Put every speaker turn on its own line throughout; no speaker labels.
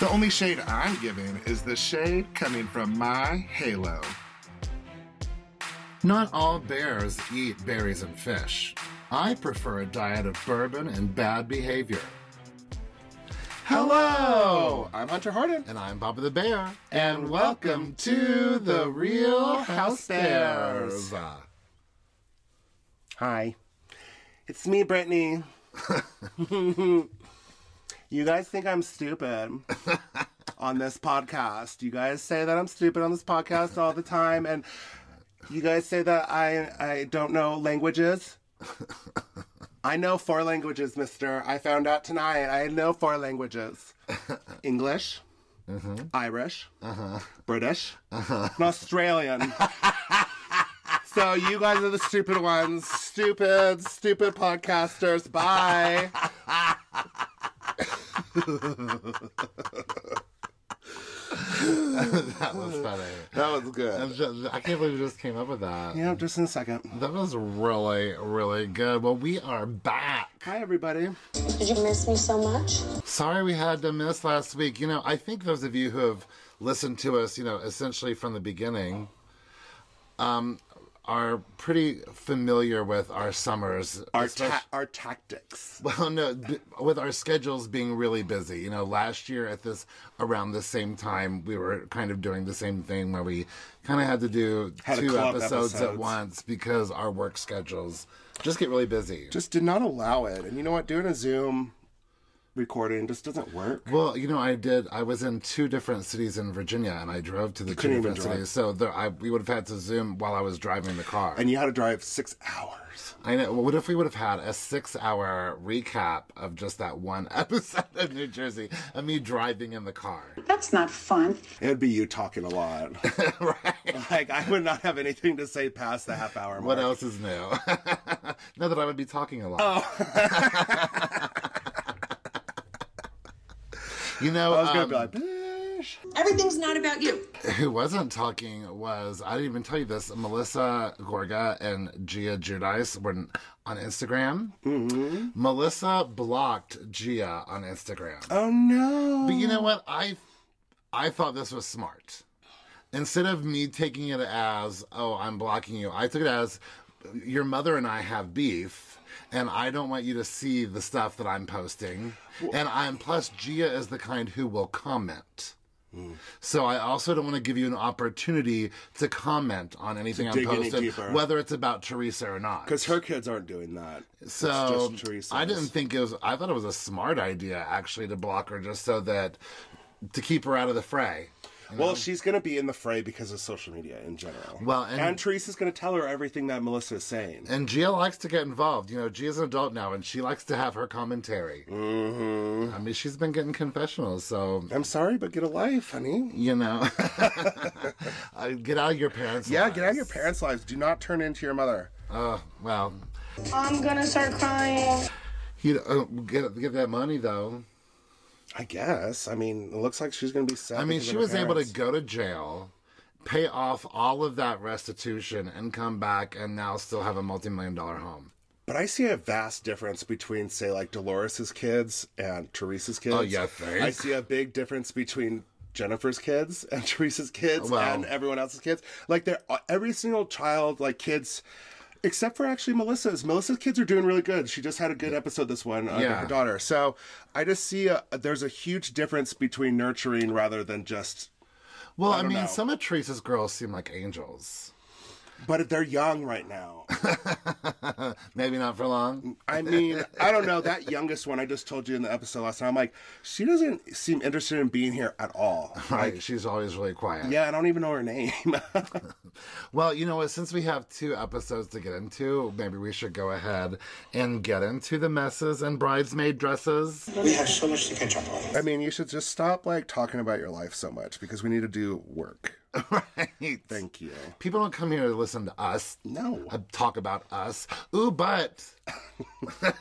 The only shade I'm giving is the shade coming from my halo. Not all bears eat berries and fish. I prefer a diet of bourbon and bad behavior. Hello!
Oh, I'm Hunter Harden.
And I'm Bob the Bear. And welcome to The Real House Bears.
Hi. It's me, Brittany. you guys think I'm stupid on this podcast. You guys say that I'm stupid on this podcast all the time, and you guys say that I I don't know languages. I know four languages, mister. I found out tonight. I know four languages. English, Mm-hmm. Irish, British, and Australian. So you guys are the stupid ones. Stupid, stupid podcasters. Bye.
That was funny.
That was good.
I'm just- I can't believe you just came up with that.
Yeah, just in a second.
That was really, really good. Well, we are back.
Hi, everybody.
Did you miss me so much?
Sorry we had to miss last week. You know, I think those of you who have listened to us, you know, essentially from the beginning, um, are pretty familiar with our summers.
Our
especially-
ta- our tactics.
Well, no, b- with our schedules being really busy, you know, last year at this around the same time, we were kind of doing the same thing where we kind of had to do
Had to
two
club
episodes, at
episodes.
once because our work schedules just get really busy.
Just did not allow it. And you know what? Doing a Zoom recording just doesn't work.
well, you know, I did. I was in two different cities in Virginia, and I drove to the two
couldn't even
different
drive.
cities. So there, I, we would have had to Zoom while I was driving the car.
And you had to drive six hours.
I know. Well, what if we would have had a six-hour recap of just that one episode of New Jersey of me driving in the car?
That's not fun.
It would be you talking a lot. right. Like, I would not have anything to say past the half hour mark.
What else is new? Not that I would be talking a lot.
Oh.
you know,
I was going
um,
to be like, "Bish."
Everything's not about you.
who wasn't talking was, I didn't even tell you this, Melissa Gorga and Gia Judice were on Instagram. Mm-hmm. Melissa blocked Gia on Instagram.
oh no.
But you know what? I I thought this was smart. Instead of me taking it as, "Oh, I'm blocking you," I took it as, "Your mother and I have beef." And I don't want you to see the stuff that I'm posting. and I'm plus Gia is the kind who will comment. So I also don't want to give you an opportunity to comment on anything I'm
dig any
posting,
deeper.
whether it's about Teresa or not.
Because her kids aren't doing that.
So
just Teresa's.
I didn't think it was. I thought it was a smart idea actually to block her just so that to keep her out of the fray.
Well, she's going to be in the fray because of social media in general.
Well, and-
and Teresa's going to tell her everything that Melissa is saying.
And Gia likes to get involved. You know, Gia's an adult now, and she likes to have her commentary. Mm-hmm. I mean, she's been getting confessionals, so
I'm sorry, but get a life, honey.
you know, Uh, get out of your parents.
Yeah, get out of your parents' lives. Do not turn into your mother.
Uh, well,
I'm gonna start crying.
you know, uh, get get that money though.
I guess. I mean, it looks like she's going to be sad.
I mean,
because
she
of her
was able to
parents.
go to jail, pay off all of that restitution, and come back, and now still have a multi-million dollar home.
But I see a vast difference between, say, like Dolores' kids and Teresa's kids.
Oh, you think?
I see a big difference between Jennifer's kids and Teresa's kids
Well-
and everyone else's kids. Like, they're uh, every single child, like kids. Except for actually Melissa's. Melissa's kids are doing really good. She just had a good episode this one under
Yeah.
her daughter. So I just see a, there's a huge difference between nurturing rather than just
Well, I,
don't
mean,
know.
some of Teresa's girls seem like angels.
But they're young right now.
Maybe not for long.
I mean, I don't know. That youngest one I just told you in the episode last time, I'm like, she doesn't seem interested in being here at all.
Right? She's always really quiet.
Yeah, I don't even know her name.
Well, you know what? Since we have two episodes to get into, maybe we should go ahead and get into the messes and bridesmaid dresses.
We have so much to catch up on.
I mean, you should just stop like talking about your life so much because we need to do work.
right.
Thank you.
People don't come here to listen to us
No.
uh, talk about us. Ooh, but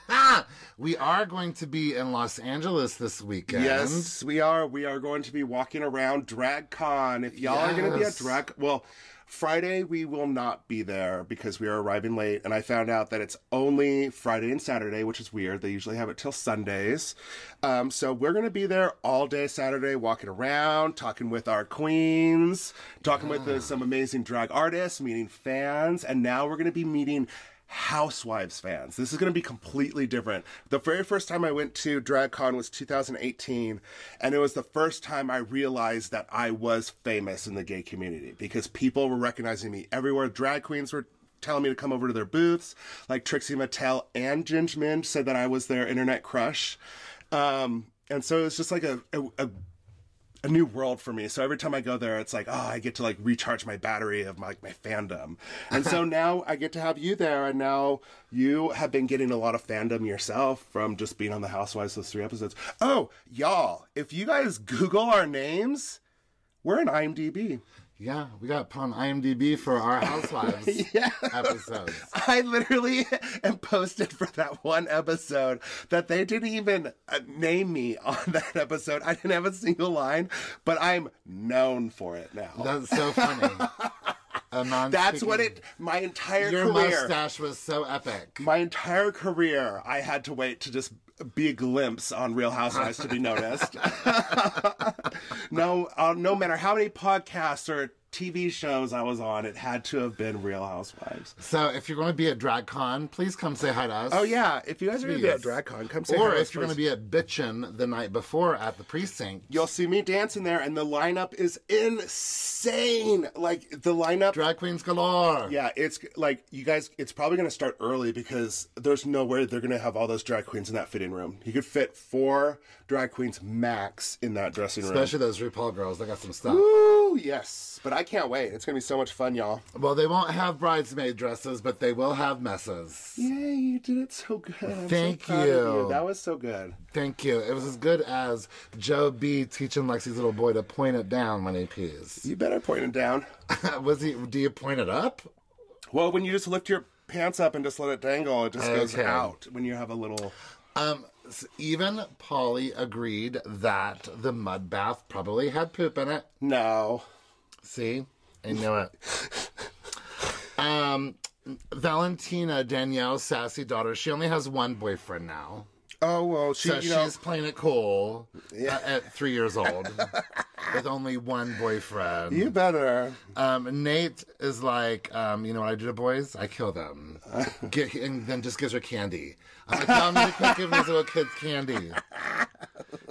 we are going to be in Los Angeles this weekend.
Yes, we are. We are going to be walking around DragCon. If y'all are going to be at
Yes.
Drag, well, Friday, we will not be there because we are arriving late. And I found out that it's only Friday and Saturday, which is weird. They usually have it till Sundays. Um, so we're going to be there all day Saturday, walking around, talking with our queens, talking with uh, some amazing drag artists, meeting fans. And now we're going to be meeting Housewives fans. This is going to be completely different. The very first time I went to DragCon was 2018, and it was the first time I realized that I was famous in the gay community because people were recognizing me everywhere. Drag queens were telling me to come over to their booths, like Trixie Mattel and Ginge Minge said that I was their internet crush. Um, and so it was just like a, a, a a new world for me. So every time I go there, it's like, oh, I get to like recharge my battery of my, my fandom. And so now I get to have you there. And now you have been getting a lot of fandom yourself from just being on The Housewives those three episodes. Oh, y'all, if you guys Google our names, we're in IMDb.
Yeah, we got put on IMDb for our Housewives
Yeah.
episodes.
I literally am posted for that one episode that they didn't even uh, name me on that episode. I didn't have a single line, but I'm known for it now.
That's so funny. Aman's
That's what
picking-
it. My entire
Your
career.
mustache was so epic.
My entire career, I had to wait to just be a glimpse on Real Housewives to be noticed. no, uh, no matter how many podcasts or TV shows I was on, it had to have been Real Housewives.
So if you're going to be at DragCon, please come say hi to us.
Oh yeah, if you guys are gonna be at
Please.
DragCon, come say hi
or
to us
if you're going
first.
to be at Bitchin' the night before at the precinct,
You'll see me dancing there, and the lineup is insane. Like the lineup
drag queens galore.
Yeah, it's like you guys. It's probably going to start early because there's no way they're going to have all those drag queens in that fitting room. You could fit four drag queens max in that dressing room.
Especially those RuPaul girls. They got some stuff.
Ooh, yes, but I can't wait. It's going to be so much fun, y'all.
Well, they won't have bridesmaid dresses, but they will have messes.
Yay, you did it so good. I'm so
Thank
proud of
you.
That was so good.
Thank you. It was as good as Joe B teaching Lexi's little boy to point it down when he pees.
You better point it down.
was he? Do you point it up?
Well, when you just lift your pants up and just let it dangle, it just goes
Okay.
out. When you have a little.
Um, s- even Polly agreed that the mud bath probably had poop in it.
No.
See, I knew it. um, Valentina Danielle, sassy daughter. She only has one boyfriend now,
Oh well, she.
so
you
she's
know,
playing it cool uh, at three years old with only one boyfriend.
you better.
Um, Nate is like, um, you know what I do to boys? I kill them. Get, and then just gives her candy. I'm like, tell me to quit giving these little kids candy.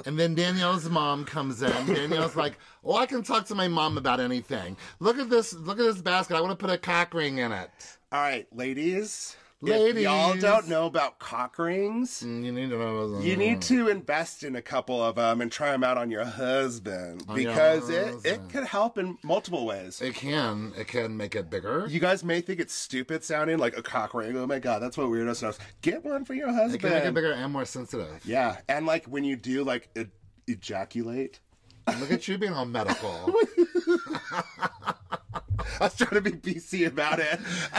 And then Danielle's mom comes in. Danielle's like, "Well, I can talk to my mom about anything. Look at this. Look at this basket. I want to put a cock ring in it.
All right, ladies. If
Ladies.
y'all don't know about cock rings,
Mm, You need to know.
you need to invest in a couple of them and try them out on your husband
your
because it, it
husband.
could help in multiple ways.
It can. It can make it bigger.
You guys may think it's stupid sounding, like a cock ring. Oh my god, that's what weirdos knows. Get one for your
it can make it
husband.
bigger and more sensitive.
yeah, and like when you do like e- ejaculate.
Look at you being all medical.
I was trying to be BC about it.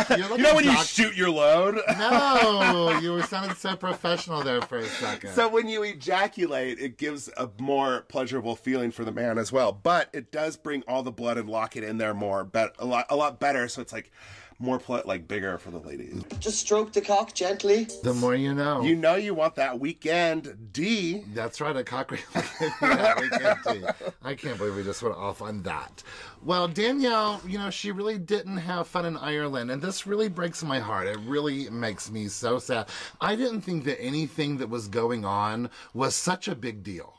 You're like
you know
a
when you
doc-
shoot your load?
no, you were sounding so professional there for a second.
So when you ejaculate, it gives a more pleasurable feeling for the man as well. But it does bring all the blood and lock it in there more, but a lot, a lot better. So it's like more pl- like bigger for the ladies.
Just stroke the cock gently.
The more you know.
You know you want that weekend D.
That's right, a cockroach. Yeah, we can't do- I can't believe we just went off on that. Well, Danielle, you know, she really didn't have fun in Ireland, and this really breaks my heart. It really makes me so sad. I didn't think that anything that was going on was such a big deal.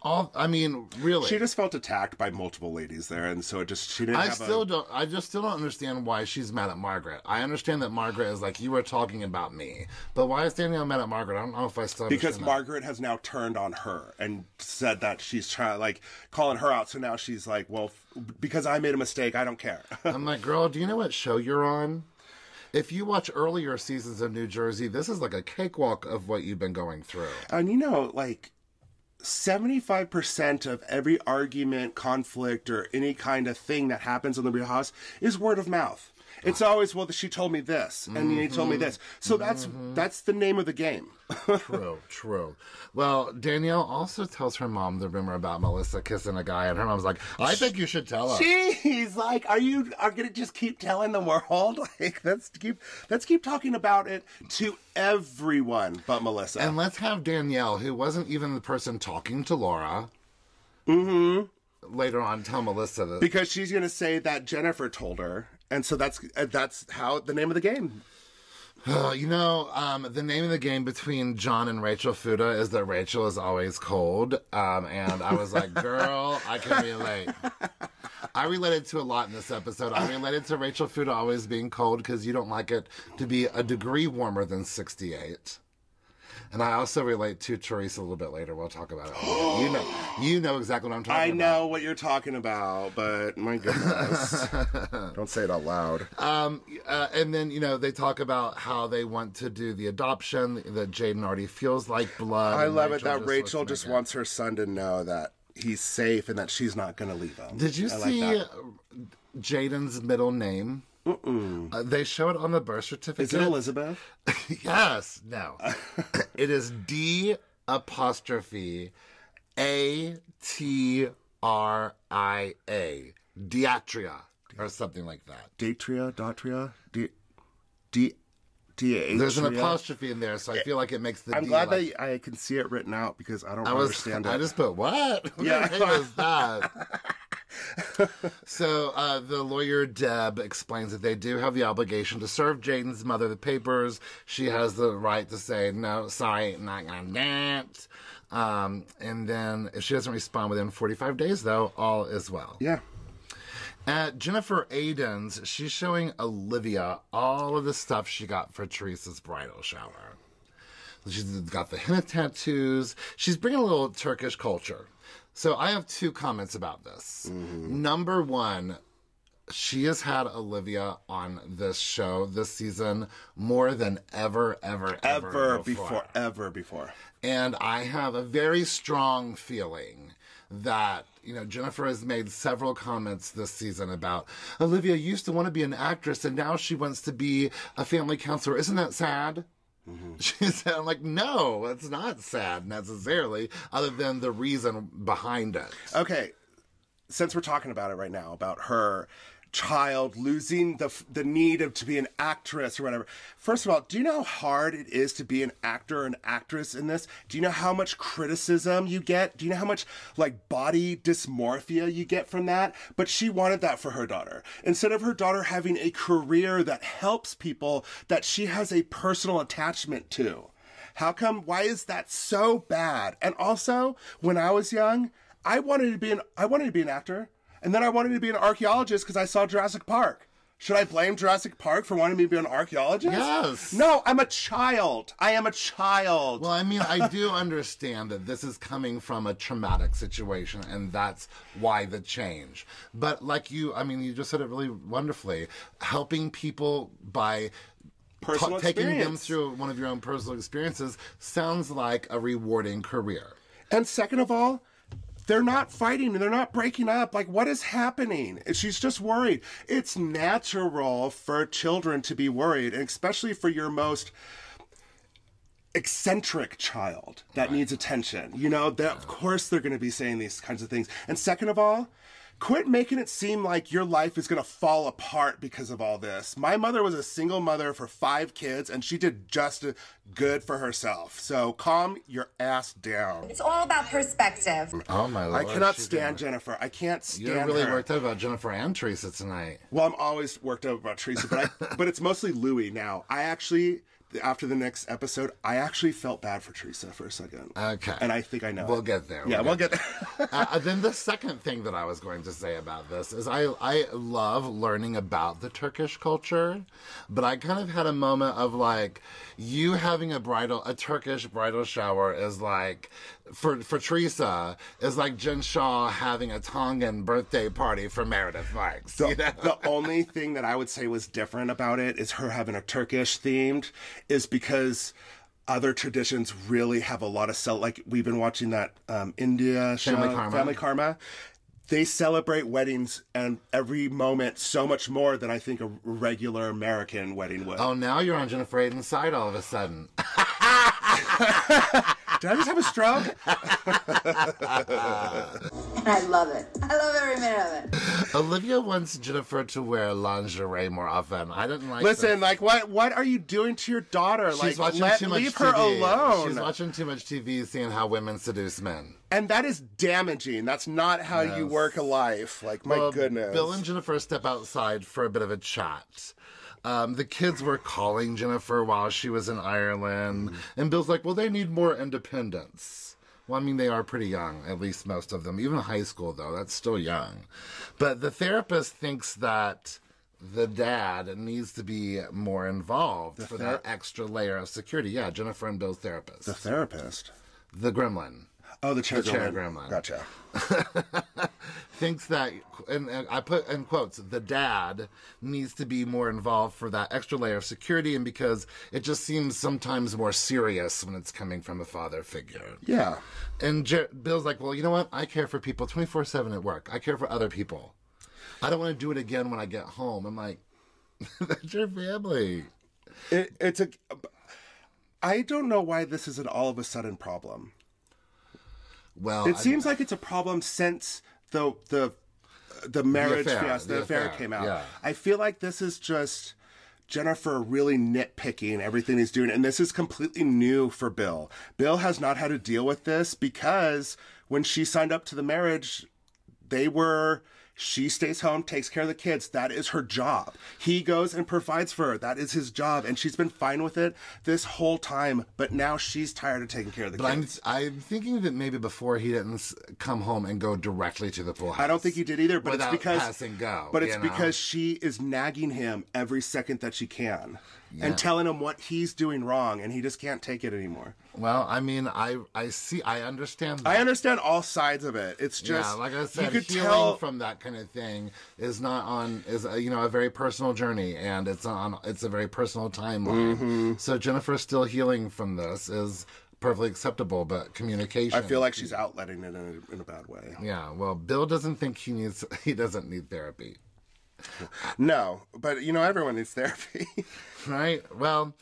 All, I mean, really.
She just felt attacked by multiple ladies there, and so it just she didn't.
I
have
still
a,
don't. I just still don't understand why she's mad at Margaret. I understand that Margaret is like you were talking about me, but why is Danielle mad at Margaret? I don't know if I still
because
understand that.
Margaret has now turned on her and said that she's trying like calling her out. So now she's like, well, f- because I made a mistake, I don't care.
I'm like, girl, do you know what show you're on? If you watch earlier seasons of New Jersey, this is like a cakewalk of what you've been going through.
And you know, like 75% of every argument, conflict, or any kind of thing that happens on the Real House is word of mouth. It's always well. She told me this, and he told me this. So that's that's the name of the game.
True, true. Well, Danielle also tells her mom the rumor about Melissa kissing a guy, and her mom's like, I think you should tell her.
Jeez, like, are you are gonna just keep telling the world? Like, let's keep let's keep talking about it to everyone but Melissa.
and let's have Danielle, who wasn't even the person talking to Laura, mm-hmm. later on tell Melissa this.
because she's gonna say that Jennifer told her, and so that's uh, that's how the name of the game.
Uh, you know, um, the name of the game between John and Rachel Fuda is that Rachel is always cold. Um, and I was like, girl, I can relate. I related to a lot in this episode. I related to Rachel Fuda always being cold because you don't like it to be a degree warmer than 68. And I also relate to Teresa a little bit later. We'll talk about it. you know, you know exactly what I'm talking
I
about.
know what you're talking about, but my goodness, don't say it out loud.
Um, uh, and then you know they talk about how they want to do the adoption that Jaden already feels like blood.
I
and
love it that
wants to
Rachel just
make it.
wants her son to know that he's safe and that she's not gonna leave him.
Did you
I like
see
that.
uh, Jaden's middle name? Mm-mm. Uh, they show it on the birth certificate.
Is it Elizabeth?
yes. No. it is D apostrophe A T R I A Diatria or something like that.
Datria, Datria, D, D, D.
There's an apostrophe in there, so I feel like it makes the.
I'm
D
glad
like-
that I can see it written out because I don't
I was,
understand it.
I just put what?
Yeah.
What the heck was that? so uh, the lawyer Deb explains that they do have the obligation to serve Jaden's mother the papers. She has the right to say no, sorry, not gonna dance. Um, and then if she doesn't respond within 45 days, though, all is well.
yeah.
Uh, Jennifer Aidens, she's showing Olivia all of the stuff she got for Teresa's bridal shower. She's got the henna tattoos. She's bringing a little Turkish culture. So I have two comments about this.
Mm-hmm.
Number one, she has had Olivia on this show this season more than ever, ever, ever,
Ever before, ever before.
and I have a very strong feeling that, you know, Jennifer has made several comments this season about Olivia used to want to be an actress and now she wants to be a family counselor. Isn't that sad? She said, I'm like, no, it's not sad necessarily, other than the reason behind it.
Okay, since we're talking about it right now about her child losing the f- the need of to be an actress or whatever. First of all, do you know how hard it is to be an actor or an actress in this? Do you know how much criticism you get? Do you know how much like body dysmorphia you get from that? But she wanted that for her daughter. Instead of her daughter having a career that helps people that she has a personal attachment to. How come? Why is that so bad? And also, when I was young, I wanted to be an I wanted to be an actor, and then I wanted to be an archaeologist because I saw Jurassic Park. Should I blame Jurassic Park for wanting me to be an archaeologist?
Yes.
No, I'm a child. I am a child.
Well, I mean, I do understand that this is coming from a traumatic situation, and that's why the change. But like you, I mean, you just said it really wonderfully. Helping people by ta-
Personal
taking them
experience.
through one of your own personal experiences sounds like a rewarding career.
And second of all, they're not fighting and they're not breaking up. Like, what is happening? And She's just worried. It's natural for children to be worried, and especially for your most eccentric child that needs attention. You know, that of course they're going to be saying these kinds of things. And second of all, quit making it seem like your life is going to fall apart because of all this. My mother was a single mother for 5 kids and she did just good for herself. So calm your ass down.
It's all about perspective.
Oh my
I
lord!
cannot
she's
stand
doing
Jennifer. I can't
it.
stand
You're really
her.
worked up about Jennifer and Teresa tonight.
Well, I'm always worked up about Teresa, but I, but it's mostly Louis now. I actually, after the next episode, I actually felt bad for Teresa for a second.
Okay.
And I think I know.
We'll
it.
get there.
Yeah,
We'll
we'll
get
get there.
uh, then the second thing that I was going to say about this is I I love learning about the Turkish culture, but I kind of had a moment of like you having a bridal a Turkish bridal shower is like for for Teresa is like Jen Shaw having a Tongan birthday party for Meredith Marks. you know?
the only thing that I would say was different about it is her having a Turkish themed, is because other traditions really have a lot of sell. Like we've been watching that um, India show,
Family Karma.
Family Karma. they celebrate weddings and every moment so much more than I think a regular American wedding would.
Oh, now you're on Jennifer Aiden's side all of a sudden.
Did I just have a stroke?
And I love it. I love every minute of it.
Olivia wants Jennifer to wear lingerie more often. I didn't like.
Listen,
this.
like what what are you doing to your daughter?
she's
like
watching
let
too much
leave
TV.
her alone.
She's watching too much TV, seeing how women seduce men.
and that is damaging. That's not how you work a life. Like my
Well,
goodness.
Um, Bill and Jennifer step outside for a bit of a chat. Um, the kids were calling Jennifer while she was in Ireland, and Bill's like, "Well, they need more independence." Well, I mean, they are pretty young, at least most of them. Even high school, though, that's still young. But the therapist thinks that the dad needs to be more involved for that extra layer of security. Yeah, Jennifer and Bill's therapist,
the therapist.
the gremlin.
Oh, the chair,
chair
grandma.
gremlin.
Gotcha.
thinks that, and, and I put in quotes, the dad needs to be more involved for that extra layer of security, and because it just seems sometimes more serious when it's coming from a father figure.
Yeah.
And Jer- Bill's like, well, you know what? I care for people 24 7 at work, I care for other people. I don't want to do it again when I get home. I'm like, that's your family.
It, it's a. I don't know why this is an all of a sudden problem.
Well,
It
I-
seems like it's a problem since the the the marriage
affair,
fiasco, the,
the
affair,
affair,
came out.
yeah.
I feel like this is just Jennifer really nitpicking everything he's doing, and this is completely new for Bill. Bill has not had to deal with this because when she signed up to the marriage, they were. She stays home, takes care of the kids. That is her job. He goes and provides for her. That is his job. And she's been fine with it this whole time. But now she's tired of taking care of the
But
kids.
I'm, I'm thinking that maybe before he didn't s- come home and go directly to the pool house.
I don't think he did either, but it's
Without
because
pass and go,
But it's
you know?
because she is nagging him every second that she can and telling him what he's doing wrong, and he just can't take it anymore.
Well, I mean, I I see, I understand. That.
I understand all sides of it. It's just
yeah, like I said,
you could
healing
tell
from that kind of thing is not on is a, you know a very personal journey, and it's on it's a very personal timeline.
Mm-hmm.
So Jennifer still healing from this is perfectly acceptable, but communication.
I feel like she's outletting it in a, in a bad way.
yeah. Well, Bill doesn't think he needs he doesn't need therapy,
No, but you know everyone needs therapy.
right? Well.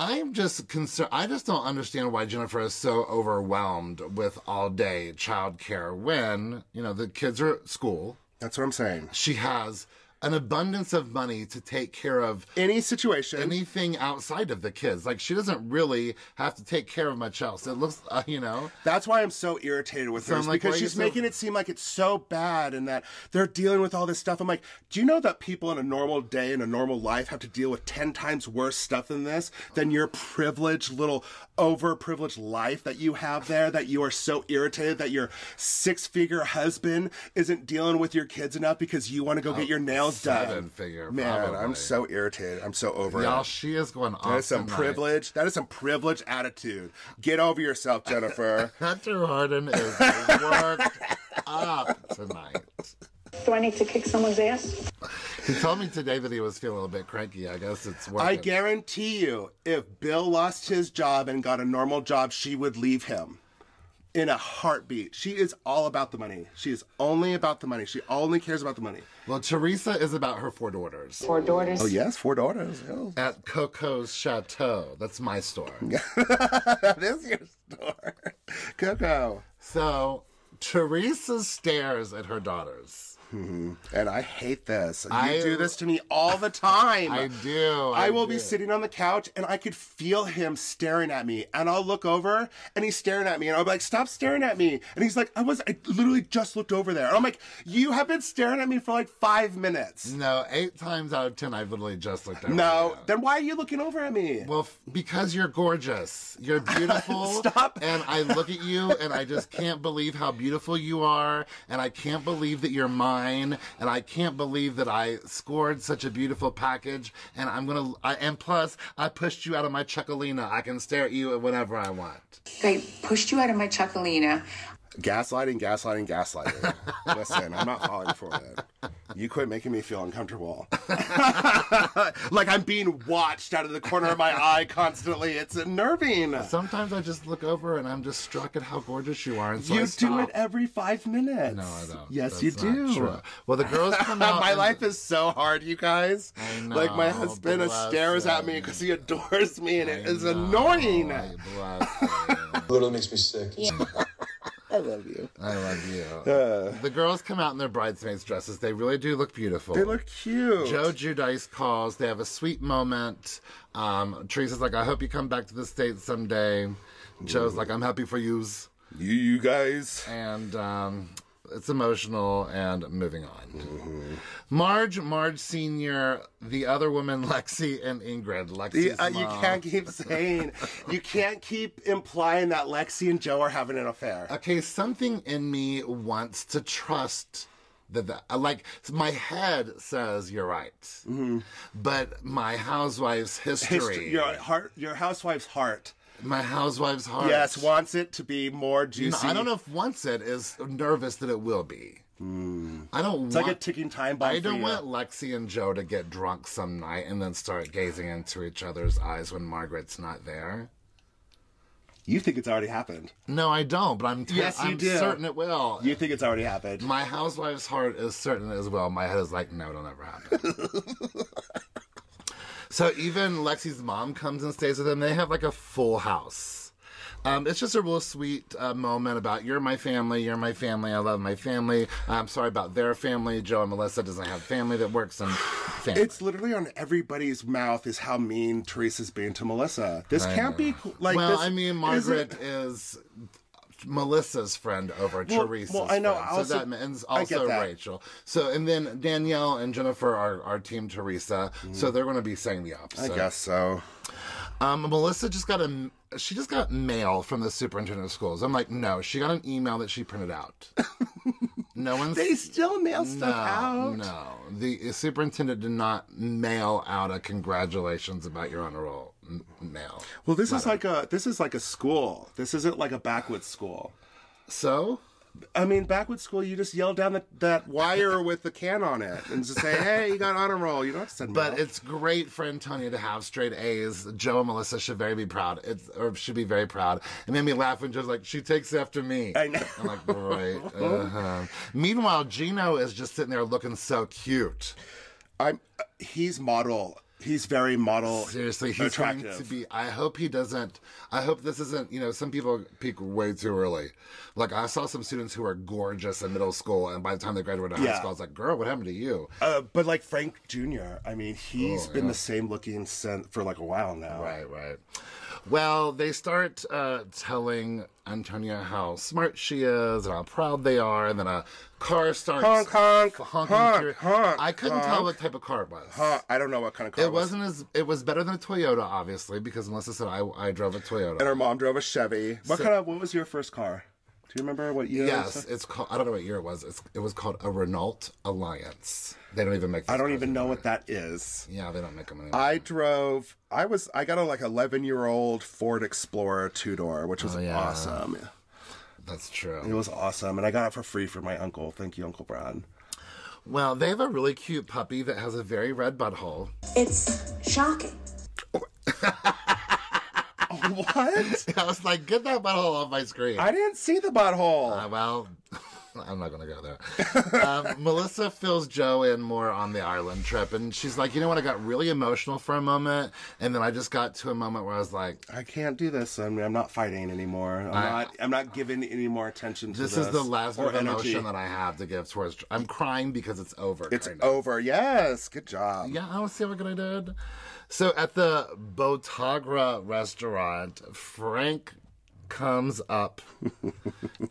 I'm just concerned. I just don't understand why Jennifer is so overwhelmed with all day childcare when, you know, the kids are at school.
That's what I'm saying.
she has an abundance of money to take care of
Any situation,
anything outside of the kids. Like she doesn't really have to take care of much else. It looks, uh, you know,
That's why I'm so irritated with her
I'm
is
like, why
because
are you
she's
so-
making it seem like it's so bad and that they're dealing with all this stuff. I'm like, do you know that people in a normal day in a normal life have to deal with ten times worse stuff than this than your privileged little overprivileged life that you have there that you are so irritated that your six figure husband isn't dealing with your kids enough because you want to go get your nails
seven
done.
figure,
Man,
probably.
I'm so irritated. I'm so over
y'all,
it.
she is going off.
That is some
tonight.
privilege. That is some privilege attitude. Get over yourself, Jennifer.
Hunter Harden is worked up tonight.
Do I need to kick someone's ass?
He told me today that he was feeling a little bit cranky. I guess it's working.
I guarantee you, if Bill lost his job and got a normal job, she would leave him in a heartbeat. She is all about the money. She is only about the money. She only cares about the money.
Well, Teresa is about her four daughters
Four daughters.
Oh, yes, four daughters.
at Coco's Chateau. That's my store.
that is your store. Coco.
So Teresa stares at her daughters.
And I hate this. You
I-
do this to me all the time.
I do.
I, will be
do.
sitting on the couch and I could feel him staring at me. And I'll look over and he's staring at me. And I'll be like, stop staring at me. And he's like, I was, I literally just looked over there. And I'm like, you have been staring at me for like five minutes.
No, eight times out of ten, I've literally just looked at
No, then why are you looking over at me?
Well, f- because you're gorgeous. You're beautiful.
Stop.
And I look at you and I just can't believe how beautiful you are. And I can't believe that you're mine. And I can't believe that I scored such a beautiful package. And I'm going to, and plus, I pushed you out of my chocolina. I can stare at you at whatever I want.
They pushed you out of my chocolina.
gaslighting, gaslighting, gaslighting. Listen, I'm not falling for it. You quit making me feel uncomfortable. like I'm being watched out of the corner of my eye constantly. It's unnerving.
Sometimes I just look over and I'm just struck at how gorgeous you are. And so I
you do
stop.
it every five minutes.
No, I don't.
Yes,
That's
you
not
do.
true. Well, the girls come out.
my
and-
life is so hard, you guys.
I know,
like my husband
bless
stares at me
him.
because he adores me, and it
I
is
know,
annoying.
I bless you.
Literally makes me sick.
I love you.
I love you. the girls come out in their bridesmaids' dresses. They really do look beautiful.
They look cute.
Joe Judice calls. They have a sweet moment. Um, Teresa's like, I hope you come back to the States someday. Joe's like, I'm happy for yous.
you, you guys.
And um, it's emotional and moving on.
Mm-hmm.
Marge, Marge Sr., the other woman, Lexi, and Ingrid.
The-
Lexi's
uh, you
mom.
can't keep saying, you can't keep implying that Lexi and Joe are having an affair.
okay, something in me wants to trust that, the, uh, like, my head says you're right, but my housewife's history,
Mm-hmm. History- your heart, your housewife's heart,
my housewife's heart,
yes, wants it to be more
No,
juicy.
I don't know if wants it is nervous that it will be. I don't
Mm. It's
want.
like a ticking time bomb.
I
for
don't
you.
want Lexi and Joe to get drunk some night and then start gazing into each other's eyes when Margaret's not there.
You think it's already happened?
No, I don't. But I'm ter-
Yes, you
I'm
do.
certain it will.
You think it's already happened?
My housewife's heart is certain as well. My head is like, no, it'll never happen. so even Lexi's mom comes and stays with them. They have like a full house. Um, it's just a real sweet uh, moment about you're my family, you're my family, I love my family. I'm sorry about their family. Joe and Melissa doesn't have family that works in family.
It's literally on everybody's mouth is how mean Teresa's being to Melissa. This can't be co- like.
well,
this
I mean,
isn't-
Margaret is Melissa's friend over
Well-
Teresa's
well, I know,
friend.
also-
so that means
I get
also
that.
Rachel. So and then Danielle and Jennifer are, are team Teresa. So they're going to be saying the
Mm. I
opposite.
guess so.
Um, Melissa just got a she just got mail from the superintendent of schools. I'm like, no, she got an email that she printed out. no one's
They still mail stuff out.
no, the superintendent did not mail out a congratulations about your honor roll m- mail.
Well, this is like a this is like a school. This isn't like a backwoods school.
So
I mean, backwoods school, you just yell down the, that wire with the can on it and just say, "Hey, you got honor roll." You don't have to send.
But
mail.
it's great for Antonia to have straight A's. Joe and Melissa should very be proud. It's or should be very proud. It made me laugh when Joe's like, "She takes after me." I
know.
am like, right. uh-huh." Meanwhile, Gino is just sitting there looking so cute.
I'm he's model. He's very model.
Seriously, he's
attractive.
trying to be. I hope he doesn't. I hope this isn't. You know, some people peak way too early. Like I saw some students who are gorgeous in middle school, and by the time they graduated high
Yeah.
school, I was like, "Girl, what happened to you?"
Uh, but like Frank Jr., I mean, he's been the same looking sen- for like a while now.
Oh, Right, right. Well, they start uh, telling Antonia how smart she is and how proud they are, and then a car starts
Honk, honk,
honking
honk,
through-
honk,
I couldn't tell
honk.
what type of car it was.
Huh, Uh, I don't know what kind of car
It wasn't as. It was better than a Toyota, obviously, because Melissa said I, I drove a Toyota.
And her mom drove a Chevy. What kind of? What was your first car? Do you remember what year? it was?
yes, it's called. I don't know what year it was. It's, it was called a Renault Alliance. They don't even make.
I
those
don't
cars
even know what that is.
anymore. Yeah, they don't make them anymore.
I drove. I was. I got a like eleven year old Ford Explorer two door, which was
Oh, yeah.
awesome.
That's
It
true.
was awesome, and I got it for free for my uncle. Thank you, Uncle Brad.
Well, they have a really cute puppy that has a very red butthole.
It's shocking.
what?
I was like, get that butthole off my screen.
I didn't see the butthole.
Uh, well, I'm not going to go there. Um, Melissa fills Joe in more on the Ireland trip, and she's like, you know what? I got really emotional for a moment, and then I just got to a moment where I was like,
I can't do this. I mean, I'm not fighting anymore. I'm not. I'm not giving any more attention to
this
this.
is the last bit
or
of
energy.
emotion that I have to give towards. I'm crying because it's over.
It's
kind of.
over. Yes. Good job.
Yeah, I don't see what I did. So at the Botagra restaurant, Frank comes up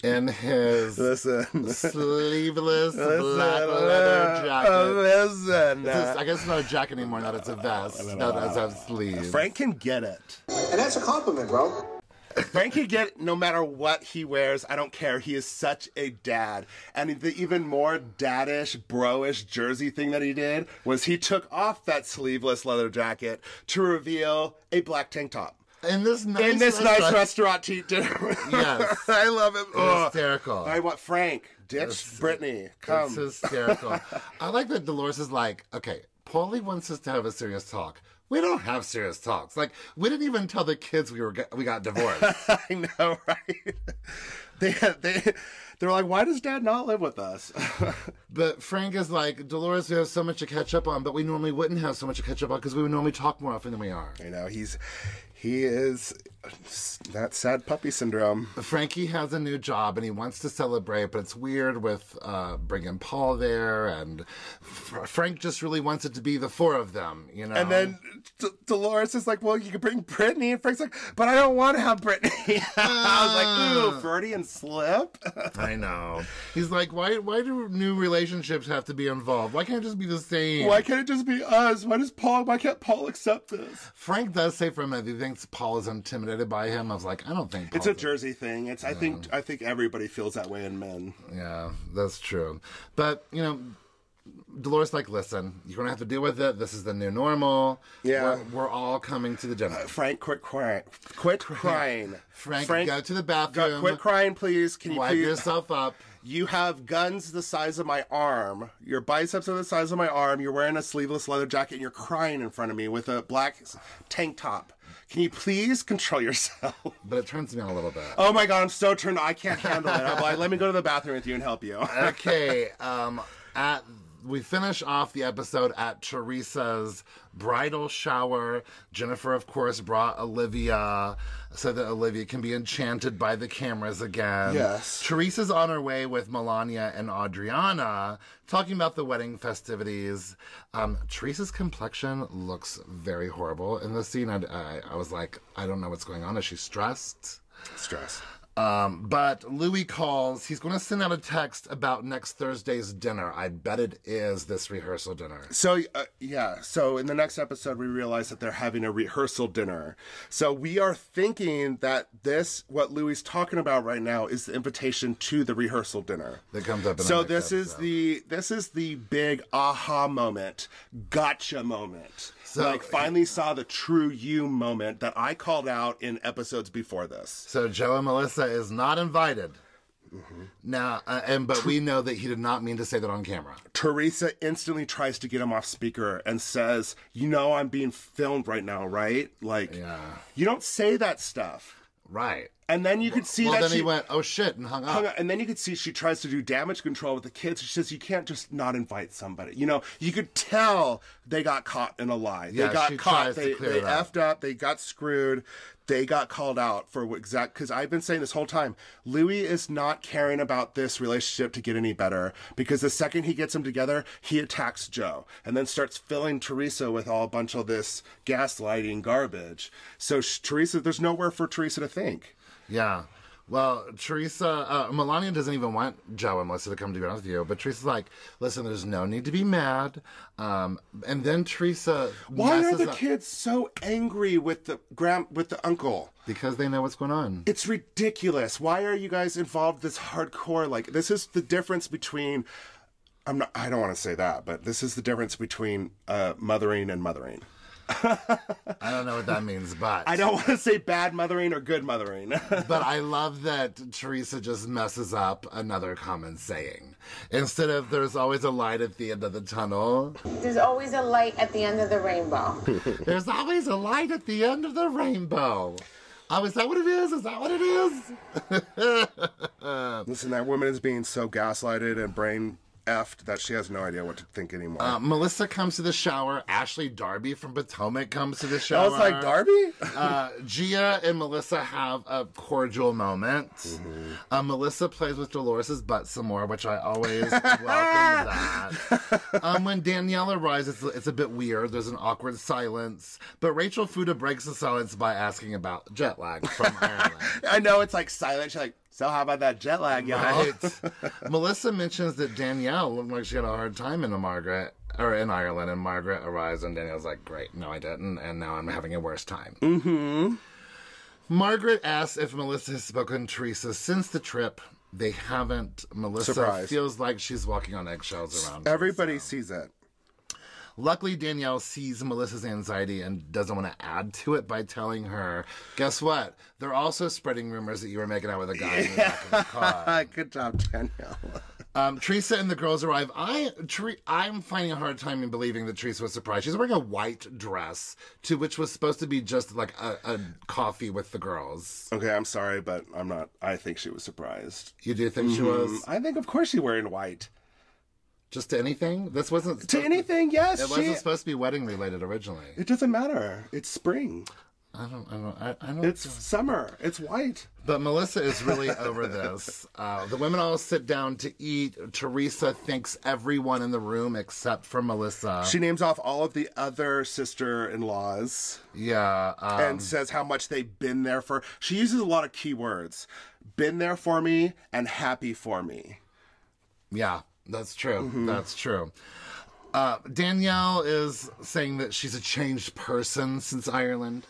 in his
Listen.
sleeveless black
Listen, uh,
leather jacket.
Listen.
This is- I guess it's not a jacket anymore. Now it's a vest. Now it does have sleeves.
Frank can get it.
And that's a compliment, bro.
Frank can get it no matter what he wears. I don't care. He is such a dad. And the even more daddish, bro-ish jersey thing that he did was he took off that sleeveless leather jacket to reveal a black tank top.
in this nice
in this nice
restaurant.
restaurant to eat dinner.
Yes.
I love him. Ugh.
hysterical.
I want Frank. Ditch Brittany. Come.
It's hysterical. I like that Dolores is like, okay, Paulie wants us to have a serious talk. We don't have serious talks. Like we didn't even tell the kids we were get, we got divorced.
I know, right? they they they're like, why does Dad not live with us?
but Frank is like, Dolores, we have so much to catch up on, but we normally wouldn't have so much to catch up on because we would normally talk more often than we are.
you know, he's he is that sad puppy syndrome.
Frankie has a new job and he wants to celebrate, but it's weird with uh, bringing Paul there, and Fr- Frank just really wants it to be the four of them, you know.
And then D- Dolores is like, "Well, you can bring Brittany," and Frank's like, "But I don't want to have Brittany." I was like, "Ooh, Freudian slip."
I know. He's like, why? Why do new relationships have to be involved? Why can't it just be the same?
why can't it just be us? Why does Paul? Why can't Paul accept this?
Frank does say for a minute he thinks Paul is intimidated by him. I was like, I don't think Paul's
It's a Jersey thing. It's I think I think everybody feels that way in men.
Yeah, that's true. But you know, Dolores like, listen, you're gonna have to deal with it. This is the new normal.
Yeah. Uh,
we're, we're all coming to the gym.
Frank, quit crying. Quit crying.
Frank, go to the bathroom.
Go- quit crying, please. Can you
Wipe
please?
yourself up.
You have guns the size of my arm. Your biceps are the size of my arm. You're wearing a sleeveless leather jacket and you're crying in front of me with a black s- tank top. Can you please control yourself?
But it turns me on a little bit.
Oh my god, I'm so turned. I can't handle it. I'm like, let me go to the bathroom with you and help you.
okay. Um, at we finish off the episode at Teresa's bridal shower. Jennifer, of course, brought Olivia so that Olivia can be enchanted by the cameras again.
Yes.
Teresa's on her way with Melania and Adriana, talking about the wedding festivities. Um, Teresa's complexion looks very horrible in this scene. I, I, I was like, I don't know what's going on. Is she stressed?
Stress.
Um, but Louis calls. He's going to send out a text about next Thursday's dinner. I bet it is this rehearsal dinner.
So uh, yeah, so in the next episode we realize that they're having a rehearsal dinner. So we are thinking that this what Louis is talking about right now is the invitation to the rehearsal dinner.
That comes up in the
So
next
this is
episode.
the this is the big aha moment, gotcha moment.
So-
like finally saw the true you moment that I called out in episodes before this.
So Joe and Melissa is not invited.
Mm-hmm.
Now, uh, and but we know that he did not mean to say that on camera.
Teresa instantly tries to get him off speaker and says, "You know I'm being filmed right now, right? Like
Yeah.
you don't say that stuff."
Right.
And then you could see
well,
that
then
she
he went, "Oh shit," and hung up.
hung out. And then you could see she tries to do damage control with the kids. She says, "You can't just not invite somebody." You know, you could tell they got caught in a lie.
Yeah,
they got
she
caught.
tries to
They,
clear
they
it up.
effed up. They got screwed. They got called out for what exact. Because I've been saying this whole time, Louis is not caring about this relationship to get any better. Because the second he gets them together, he attacks Joe and then starts filling Teresa with all a bunch of this gaslighting garbage. So sh- Teresa, there's nowhere for Teresa to think.
Yeah. Well, Teresa, uh, Melania doesn't even want Joe and Melissa to come to be honest with you, but Teresa's like, listen, there's no need to be mad. Um, and then Teresa.
Why are
messes
the
up-
kids so angry with the grand with the uncle?
Because they know what's going on.
It's ridiculous. Why are you guys involved this hardcore? Like this is the difference between I'm not I don't want to say that, but this is the difference between uh mothering and mothering.
I don't know what that means, but
I don't want to say bad mothering or good mothering.
But I love that Teresa just messes up another common saying. Instead of there's always a light at the end of the tunnel,
There's always a light at the end of the rainbow.
there's always a light at the end of the rainbow. Oh, is that what it is? Is that what it is?
Listen, that woman is being so gaslighted and brain effed that she has no idea what to think anymore.
Uh, Melissa comes to the shower. Ashley Darby from Potomac comes to the shower.
I was like, Darby?
uh, Gia and Melissa have a cordial moment. Uh, Melissa plays with Dolores' butt some more, which I always welcome that. Um, when Danielle arrives, it's, it's a bit weird. There's an awkward silence, but Rachel Fuda breaks the silence by asking about jet lag from Ireland.
I know it's like silent. She's like, so how about that jet lag, y'all?
Right. Melissa mentions that Danielle looked like she had a hard time in a Margaret or in Ireland, and Margaret arrives, and Danielle's like, "Great, no, I didn't, and now I'm having a worse time." Mm-hmm. Margaret asks if Melissa has spoken to Teresa since the trip. They haven't. Melissa
Surprise.
feels like she's walking on eggshells around. her.
Everybody sees it.
Luckily, Danielle sees Melissa's anxiety and doesn't want to add to it by telling her, guess what? They're also spreading rumors that you were making out with a guy in the back of the car.
Good job, Danielle.
Um, Teresa and the girls arrive. I, Tre- I'm finding a hard time in believing that Teresa was surprised. She's wearing a white dress, to which was supposed to be just like a, a coffee with the girls.
Okay, I'm sorry, but I'm not. I think she was surprised.
You do think she was
I think, of course, she wearing white
just to anything? This wasn't
to
supposed-
anything. Yes,
It
she.
wasn't supposed to be wedding related originally.
it doesn't matter. It's spring.
I don't. I don't. I, I don't.
It's summer. It's white.
But Melissa is really over this. Uh, the women all sit down to eat. Teresa thanks everyone in the room except for Melissa.
She names off all of the other sister-in-laws
yeah. Um,
and says how much they've been there for. She uses a lot of keywords: been there for me and happy for me.
Yeah, that's true.
Mm-hmm.
That's true. Uh, Danielle is saying that she's a changed person since Ireland.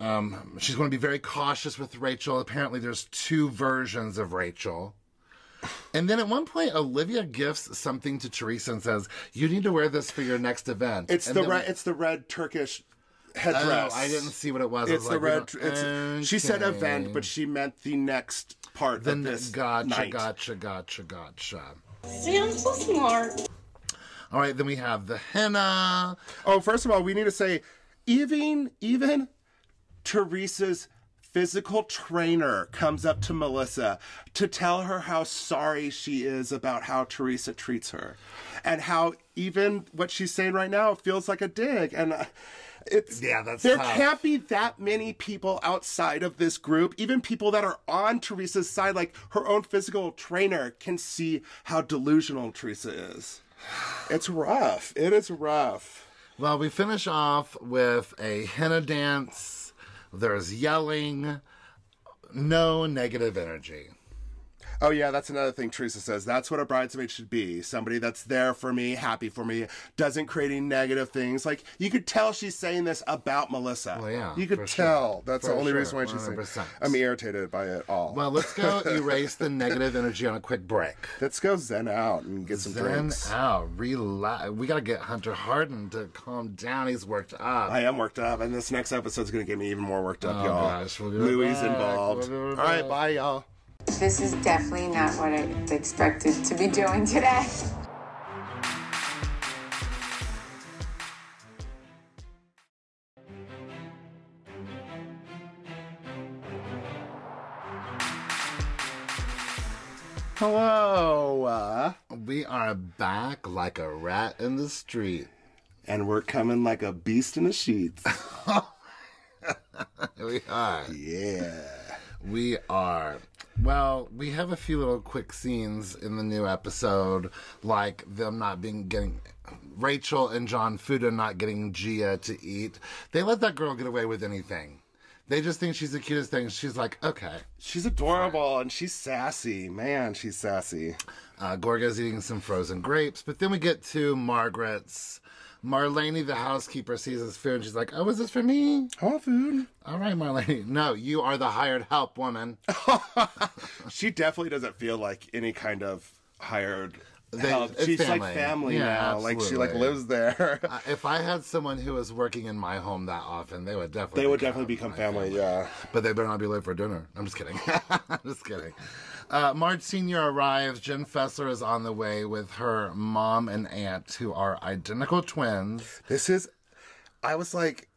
Um, she's going to be very cautious with Rachel. Apparently, there's two versions of Rachel. And then at one point, Olivia gifts something to Teresa and says, "You need to wear this for your next event."
It's
And
the
then we-
red. It's the red Turkish
Oh,
headdress.
I didn't see what it was. I
It's
was
the
like, we
red.
don't-
It's, She said
Okay.
event, but she meant the next part
Then
of this
gotcha,
night.
gotcha, gotcha, gotcha.
See, I'm so smart.
All right, then we have the henna.
Oh, first of all, we need to say even even Teresa's physical trainer comes up to Melissa to tell her how sorry she is about how Teresa treats her, and how even what she's saying right now feels like a dig. And uh, it's
Yeah, that's
there
tough.
can't be that many people outside of this group, even people that are on Teresa's side. Like her own physical trainer can see how delusional Teresa is. It's rough. It is rough.
Well, we finish off with a henna dance. There's yelling. No negative energy.
Oh yeah, that's another thing Teresa says. That's what a bridesmaid should be. Somebody that's there for me, happy for me, doesn't create any negative things. Like you could tell she's saying this about Melissa.
Well, yeah,
You
for
could
sure.
tell. That's
For
the only
sure,
reason why she's saying
100%.
I'm irritated by it all.
Well, let's go erase the negative energy on a quick break.
Let's go zen out and get some
Then
drinks.
out, relax. We gotta get Hunter Harden to calm down. He's worked up.
I am worked up, and this next episode's gonna get me even more worked up,
Oh,
y'all.
gosh, we'll be right
Louis
back.
involved.
We'll be right
all right,
back.
bye, y'all.
This is definitely not what I expected to be doing today.
Hello. Uh,
We are back like a rat in the street.
and we're coming like a beast in the sheets.
Here we are.
yeah.
We are. Well, we have a few little quick scenes in the new episode, like them not being getting Rachel and John Fuda not getting Gia to eat. They let that girl get away with anything. They just think she's the cutest thing. She's like, okay.
She's adorable and she's sassy. Man, she's sassy.
Uh, Gorga's eating some frozen grapes, but then we get to Margaret's. Marlene, the housekeeper, sees this food and she's like, oh, is this for me?
I want food.
All right, Marlene. No, you are the hired help woman.
She definitely doesn't feel like any kind of hired
They-
help.
it's
She's
family.
like family
Yeah,
now. Like she like
absolutely.
lives there.
Uh, if I had someone who was working in my home that often, they would definitely
they would definitely become
my
family, yeah.
But they better not be late for dinner. I'm just kidding. I'm just kidding. Uh, Marge Sr. arrives. Jen Fessler is on the way with her mom and aunt, who are identical twins,
This is I was like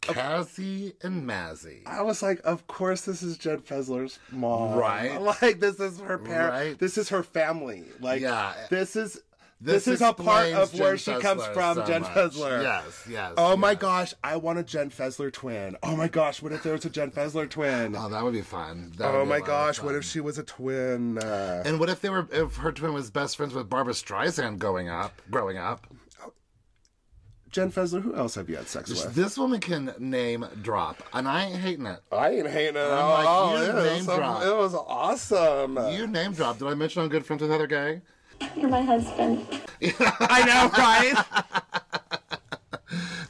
Cassie and Mazzie.
I was like, of course this is Jed Fessler's mom.
Right.
Like this is her parent
Right.
this is her family. Like
Yeah.
this is
This
this, is a part
explains
of where
Jen
she comes
Fessler
from,
so
Jen
much.
Fessler.
Yes, yes.
Oh my
yes.
gosh, I want a Jen Fessler twin. Oh my gosh, what if there was a Jen Fessler twin?
Oh, that would be fun. That would
Oh
be a
my
lot of
gosh, what
fun.
if she was a twin? Uh,
And what if they were? If her twin was best friends with Barbara Streisand going up, growing up.
Jen Fessler, who else have you had sex with?
This woman can name drop, and I ain't hating it.
I ain't hating it at
I'm like,
all.
you name
it, was, some-
drop.
it was awesome.
You name drop. Did I mention I'm good friends with Heather Gay?
You're my husband.
I know, right?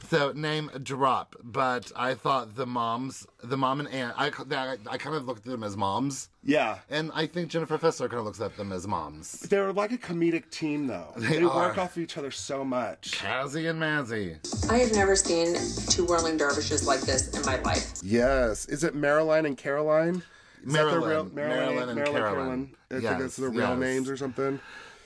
So name drop, but I thought the moms, the mom and aunt, I that, I kind of looked at them as moms,
Yeah.
and I think Jennifer Fessler kind of looks at them as moms.
They're like a comedic team, though. They,
are.
work off each other so much.
Cassie and Mazzy.
I have never seen two whirling dervishes like this in my life.
Yes. Is it Marilyn and Caroline? Is that their
Marilyn.
real-
Marilyn and Caroline.
I
Yes,
think that's their real
yes.
names or something.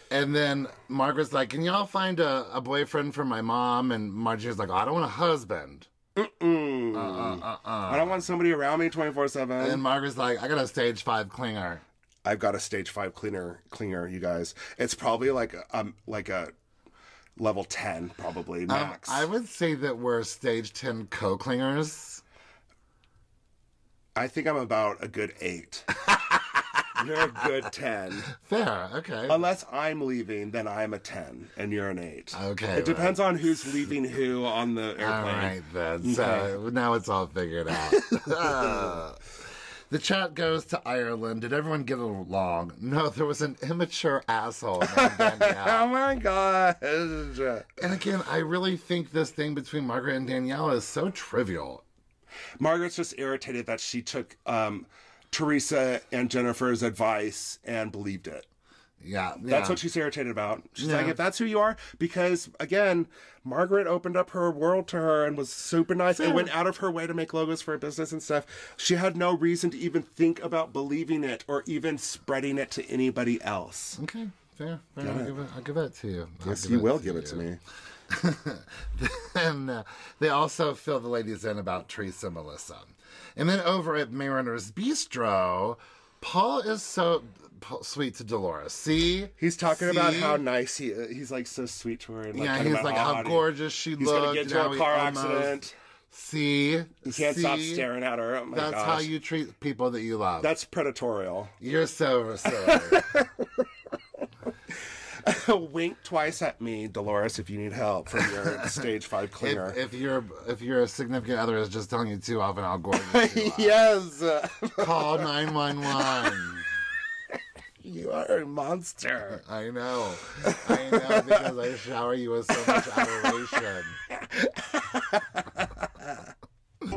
And then Margaret's like, "Can y'all find a, a boyfriend for my mom?" And Margie's like, "I don't want a husband."
I don't want somebody around me 24
Uh, And
7.
Margaret's like, "I got a stage five clinger."
I've got a stage five cleaner, cleaner, you guys. It's probably like a- um like a level 10, probably
Um,
max.
I would say that we're stage ten co clingers.
I think I'm about a good eight. you're a good 10.
Fair, okay.
Unless I'm leaving, then I'm a 10 and you're an 8.
Okay,
It depends on who's leaving who on the airplane.
All right, then. So now it's all figured out. Uh, the chat goes to Ireland. Did everyone get along? No, there was an immature asshole. named Danielle.
Oh my god.
and again, I really think this thing between Margaret and Danielle is so trivial.
Margaret's just irritated that she took um, Teresa and Jennifer's advice and believed it.
Yeah,
That's
yeah.
what she's irritated about. She's like,
Yeah.
if that's who you are, because again, Margaret opened up her world to her and was super nice and went out of her way to make logos for her business and stuff. She had no reason to even think about believing it or even spreading it to anybody else.
Okay, fair. fair. I'll, give it, I'll give that to you. I'll
you
that
will
to
give it to
you.
me.
and uh, they also fill the ladies in about Teresa and Melissa. And then over at Mariner's Bistro, Paul is so p- sweet to Dolores. See?
He's talking
See?
about how nice he is. He's like so sweet to her. And, like,
Yeah,
talking
he's
about
like how
hot he-
gorgeous she
He's
looked.
gonna get
and
to
how
a
he
car
almost-
accident.
See?
You can't stop
See?
staring at her. Oh my
That's
gosh.
how you treat people that you love.
That's predatorial.
You're so silly.
Wink twice at me, Dolores, if you need help from your stage five cleaner.
if, if your if your significant other is just telling you too often how gorgeous you are,
yes,
call nine one one.
you are a monster.
I know. I know because I shower you with so much adoration.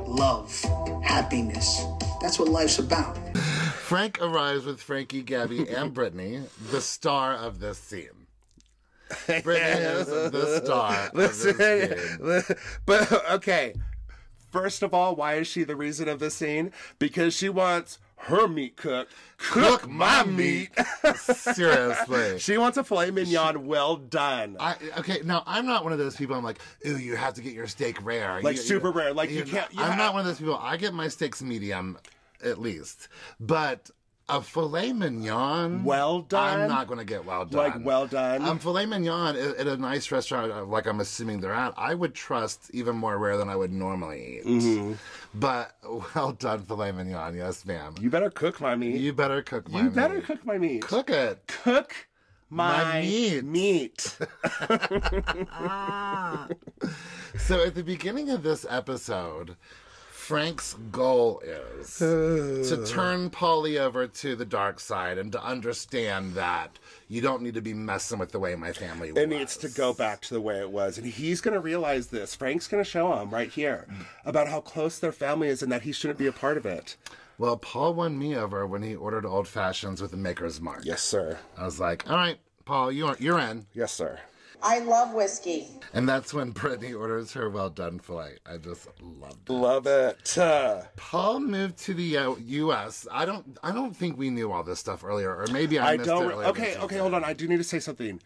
love, happiness. That's what life's about.
Frank arrives with Frankie, Gabby, and Brittany, the star of this scene. Brittany is the star of this scene.
but okay. First of all, why is she the reason of the scene? Because she wants her meat cooked. Cook, my meat.
Seriously.
she wants a filet mignon well done.
I, okay, now I'm not one of those people. I'm like, ooh, you have to get your steak rare,
Like
You- you-
super rare, like you can't- you
I'm
ha-
not one of those people. I get my steaks medium, at least. But a filet mignon,
Well done?
I'm not going to get well done.
Like, well done?
Um, filet mignon at, at a nice restaurant, uh, like I'm assuming they're at. I would trust even more rare than I would normally eat.
Mm-hmm.
But well done, filet mignon. Yes, ma'am. You,
you better cook my meat. You,
better cook. My
better
meat.
cook my meat.
cook it.
cook my,
My meat.
meat.
So at the beginning of this episode, Frank's goal is to turn Polly over to the dark side and to understand that you don't need to be messing with the way my family
It needs to go back to the way it was. And he's going to realize this. Frank's going to show him right here about how close their family is and that he shouldn't be a part of it.
Well, Paul won me over when he ordered old fashions with a maker's mark.
sir.
I was like, all right, Paul, you're you're in.
Yes, sir.
I love whiskey.
And that's when Brittany orders her well done filet. I just loved it.
Love it. Uh,
Paul moved to the uh, U.S. I don't I don't think we knew all this stuff earlier, or maybe I,
I
missed
don't.
it earlier.
okay, okay, hold on. I do need to say something.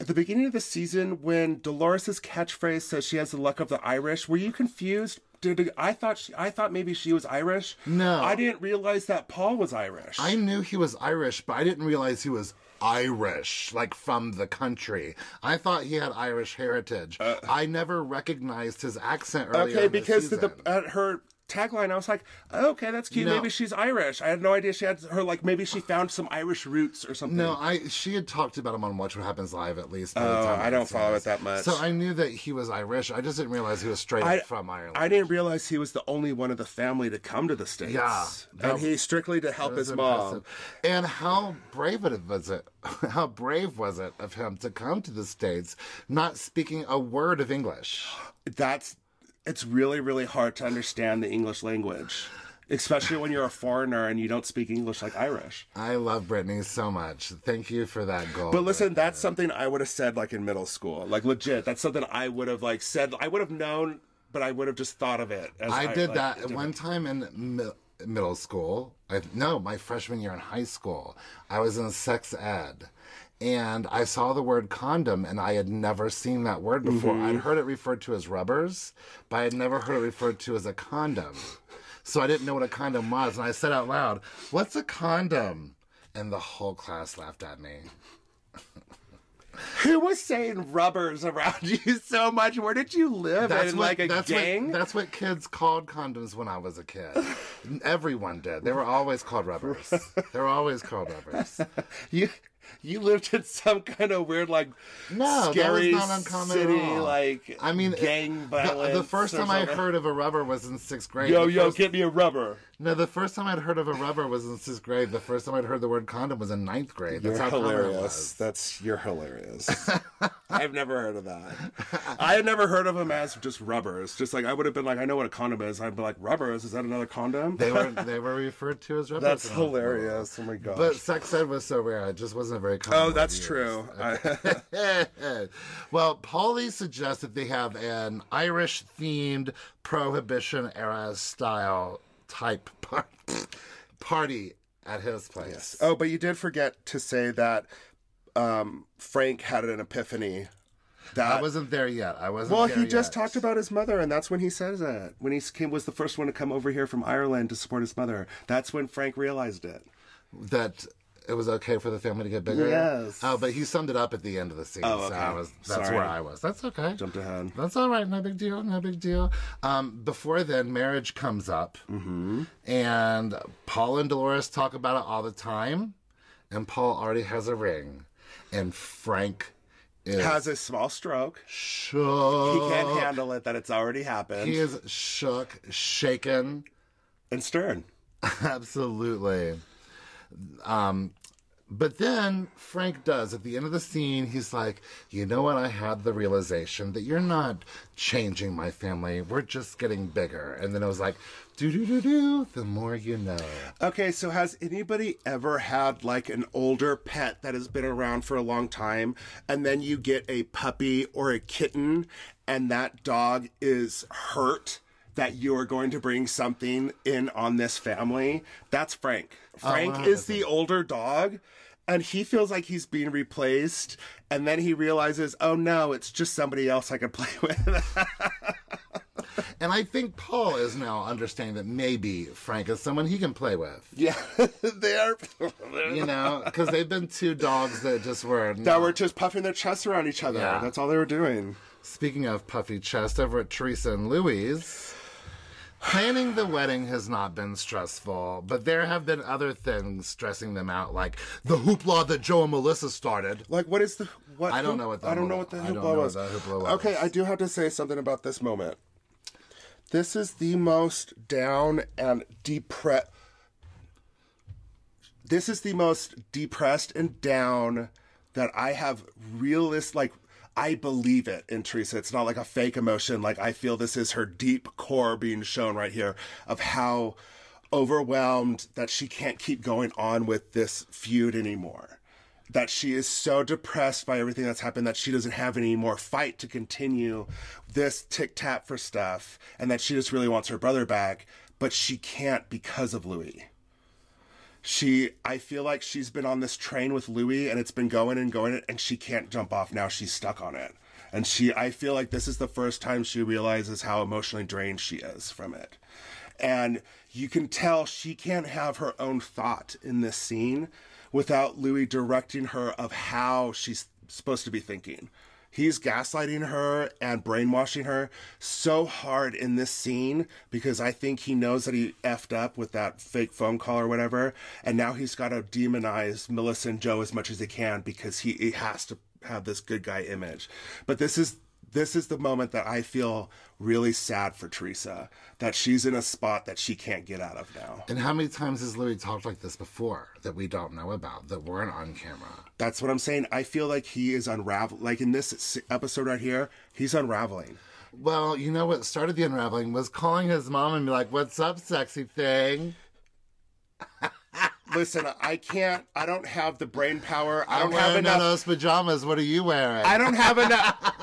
At the beginning of the season, when Dolores's catchphrase says she has the luck of the Irish, were you confused? Did I thought she, I thought maybe she was Irish?
No.
I didn't realize that Paul was Irish.
I knew he was Irish, but I didn't realize he was Irish, like from the country. I thought he had Irish heritage. I never recognized his accent earlier.
Uh, Okay,
in the
because the,
season.
the, at her tagline, I was like, okay, that's cute.
No.
Maybe she's Irish. I had no idea she had her like maybe she found some Irish roots or something.
No, I she had talked about him on Watch What Happens Live at least. by the
Oh,
time
I
had
don't
seen
follow
this.
it that much.
So I knew that he was Irish. I just didn't realize he was straight
I-
up from Ireland.
I didn't realize he was the only one of the family to come to the states.
Yeah.
and he strictly to help
That was
his mom.
impressive. And how brave it was it? How brave was it of him to come to the states, not speaking a word of English?
That's it's really really hard to understand the English language, especially when you're a foreigner and you don't speak English like Irish.
I love Brittany so much. Thank you for that goal.
But listen, that's something I would have said like in middle school. Like legit, that's something I would have like said. I would have known, but I would have just thought of it. As
I did
like,
that
different-
one time in mi- middle school. I, no, my freshman year in high school. I was in sex ed. And I saw the word condom, and I had never seen that word before.
Mm-hmm.
I'd heard it referred to as rubbers, but I had never heard it referred to as a condom. So I didn't know what a condom was. And I said out loud, What's a condom? And the whole class laughed at me.
Who was saying rubbers around you so much? Where did you live? in like a
that's
gang.
What, that's what kids called condoms when I was a kid. Everyone did. They were always called rubbers. they were always called rubbers.
you you lived in some kind of weird like
No,
scary
that was not uncommon
city
at all.
like
I mean,
gang
it-
violence.
The, the first
or
time I
something.
heard of a rubber was in sixth grade.
yo
The
yo
first-
get me a rubber.
No, the first time I'd heard of a rubber was in sixth grade. The first time I'd heard the word condom was in ninth grade. That's
You're
how common it
hilarious.
was.
That's you're hilarious. I've never heard of that. I had never heard of them as just rubbers. Just like I would have been like, I know what a condom is. I'd be like, rubbers? Is that another condom?
They were they were referred to as rubbers.
that's
in high school.
hilarious. Oh my gosh.
But sex ed was so rare; it just wasn't very common.
oh,
word
that's
used.
true. I-
well, Polly suggests that they have an Irish themed Prohibition era style type par- party at his place.
oh, but you did forget to say that um, Frank had an epiphany. That
I wasn't there yet. I wasn't.
uh, Well,
there
he just
yet.
talked about his mother, and that's when he says it. When he came, was the first one to come over here from Ireland to support his mother. That's when Frank realized it.
that it was okay for the family to get bigger.
Yes.
Oh, but he summed it up at the end of the scene.
Oh,
So
okay.
I was, that's
Sorry.
where I was. That's okay.
Jumped ahead.
That's all right. No big deal. No big deal. Um, before then, marriage comes up, mm-hmm. and Paul and Dolores talk about it all the time. And Paul already has a ring, and Frank is
Has a small stroke.
shook.
He can't handle it that it's already happened.
Oh. He is shook, shaken.
and Stern.
Absolutely. Um, but then Frank does at the end of the scene. He's like, "You know what? I had the realization that you're not changing my family. We're just getting bigger." And then I was like, "Do do do do." The more you know.
Okay, so has anybody ever had like an older pet that has been around for a long time, and then you get a puppy or a kitten, and that dog is hurt that you are going to bring something in on this family? That's Frank.
Oh,
Frank is the older dog. And he feels like he's being replaced, and then he realizes, oh no, it's just somebody else I could play with.
And I think Paul is now understanding that maybe Frank is someone he can play with.
yeah, they are. they're
You know, because they've been two dogs that just were.
that were just puffing their chests around each other.
Yeah.
That's all they were doing.
Speaking of puffy chest, over at Teresa and Louie's, planning the wedding has not been stressful, but there have been other things stressing them out, like the hoopla that Joe and Melissa started.
Like, what is the what?
I don't
who-
know what the
I don't
hoopla-
know what the
I don't
hoopla
know what
was.
the hoopla was.
Okay, I do have to say something about this moment. This is the most down and depressed. This is the most depressed and down that I have realist like. I believe it in Teresa. It's not like a fake emotion. Like I feel this is her deep core being shown right here of how overwhelmed that she can't keep going on with this feud anymore that she is so depressed by everything that's happened that she doesn't have any more fight to continue this tic tac for stuff and that she just really wants her brother back, but she can't because of Louis. She, I feel like she's been on this train with Louis and it's been going and going and she can't jump off now. She's stuck on it. And she, I feel like this is the first time she realizes how emotionally drained she is from it. And you can tell she can't have her own thought in this scene without Louis directing her of how she's supposed to be thinking. He's gaslighting her and brainwashing her so hard in this scene because I think he knows that he effed up with that fake phone call or whatever. And now he's got to demonize Melissa and Joe as much as he can because he, he has to have this good guy image. But this is this is the moment that I feel really sad for Teresa that she's in a spot that she can't get out of now.
And how many times has Louis talked like this before that we don't know about that weren't on camera?
That's what I'm saying. I feel like he is unraveling. Like in this s- episode right here, he's unraveling.
Well, you know what started the unraveling was calling his mom and be like, "What's up, sexy thing?"
Listen, I can't. I don't have the brain power. I
I'm
don't have
wearing
enough.
those pajamas. What are you wearing?
I don't have enough.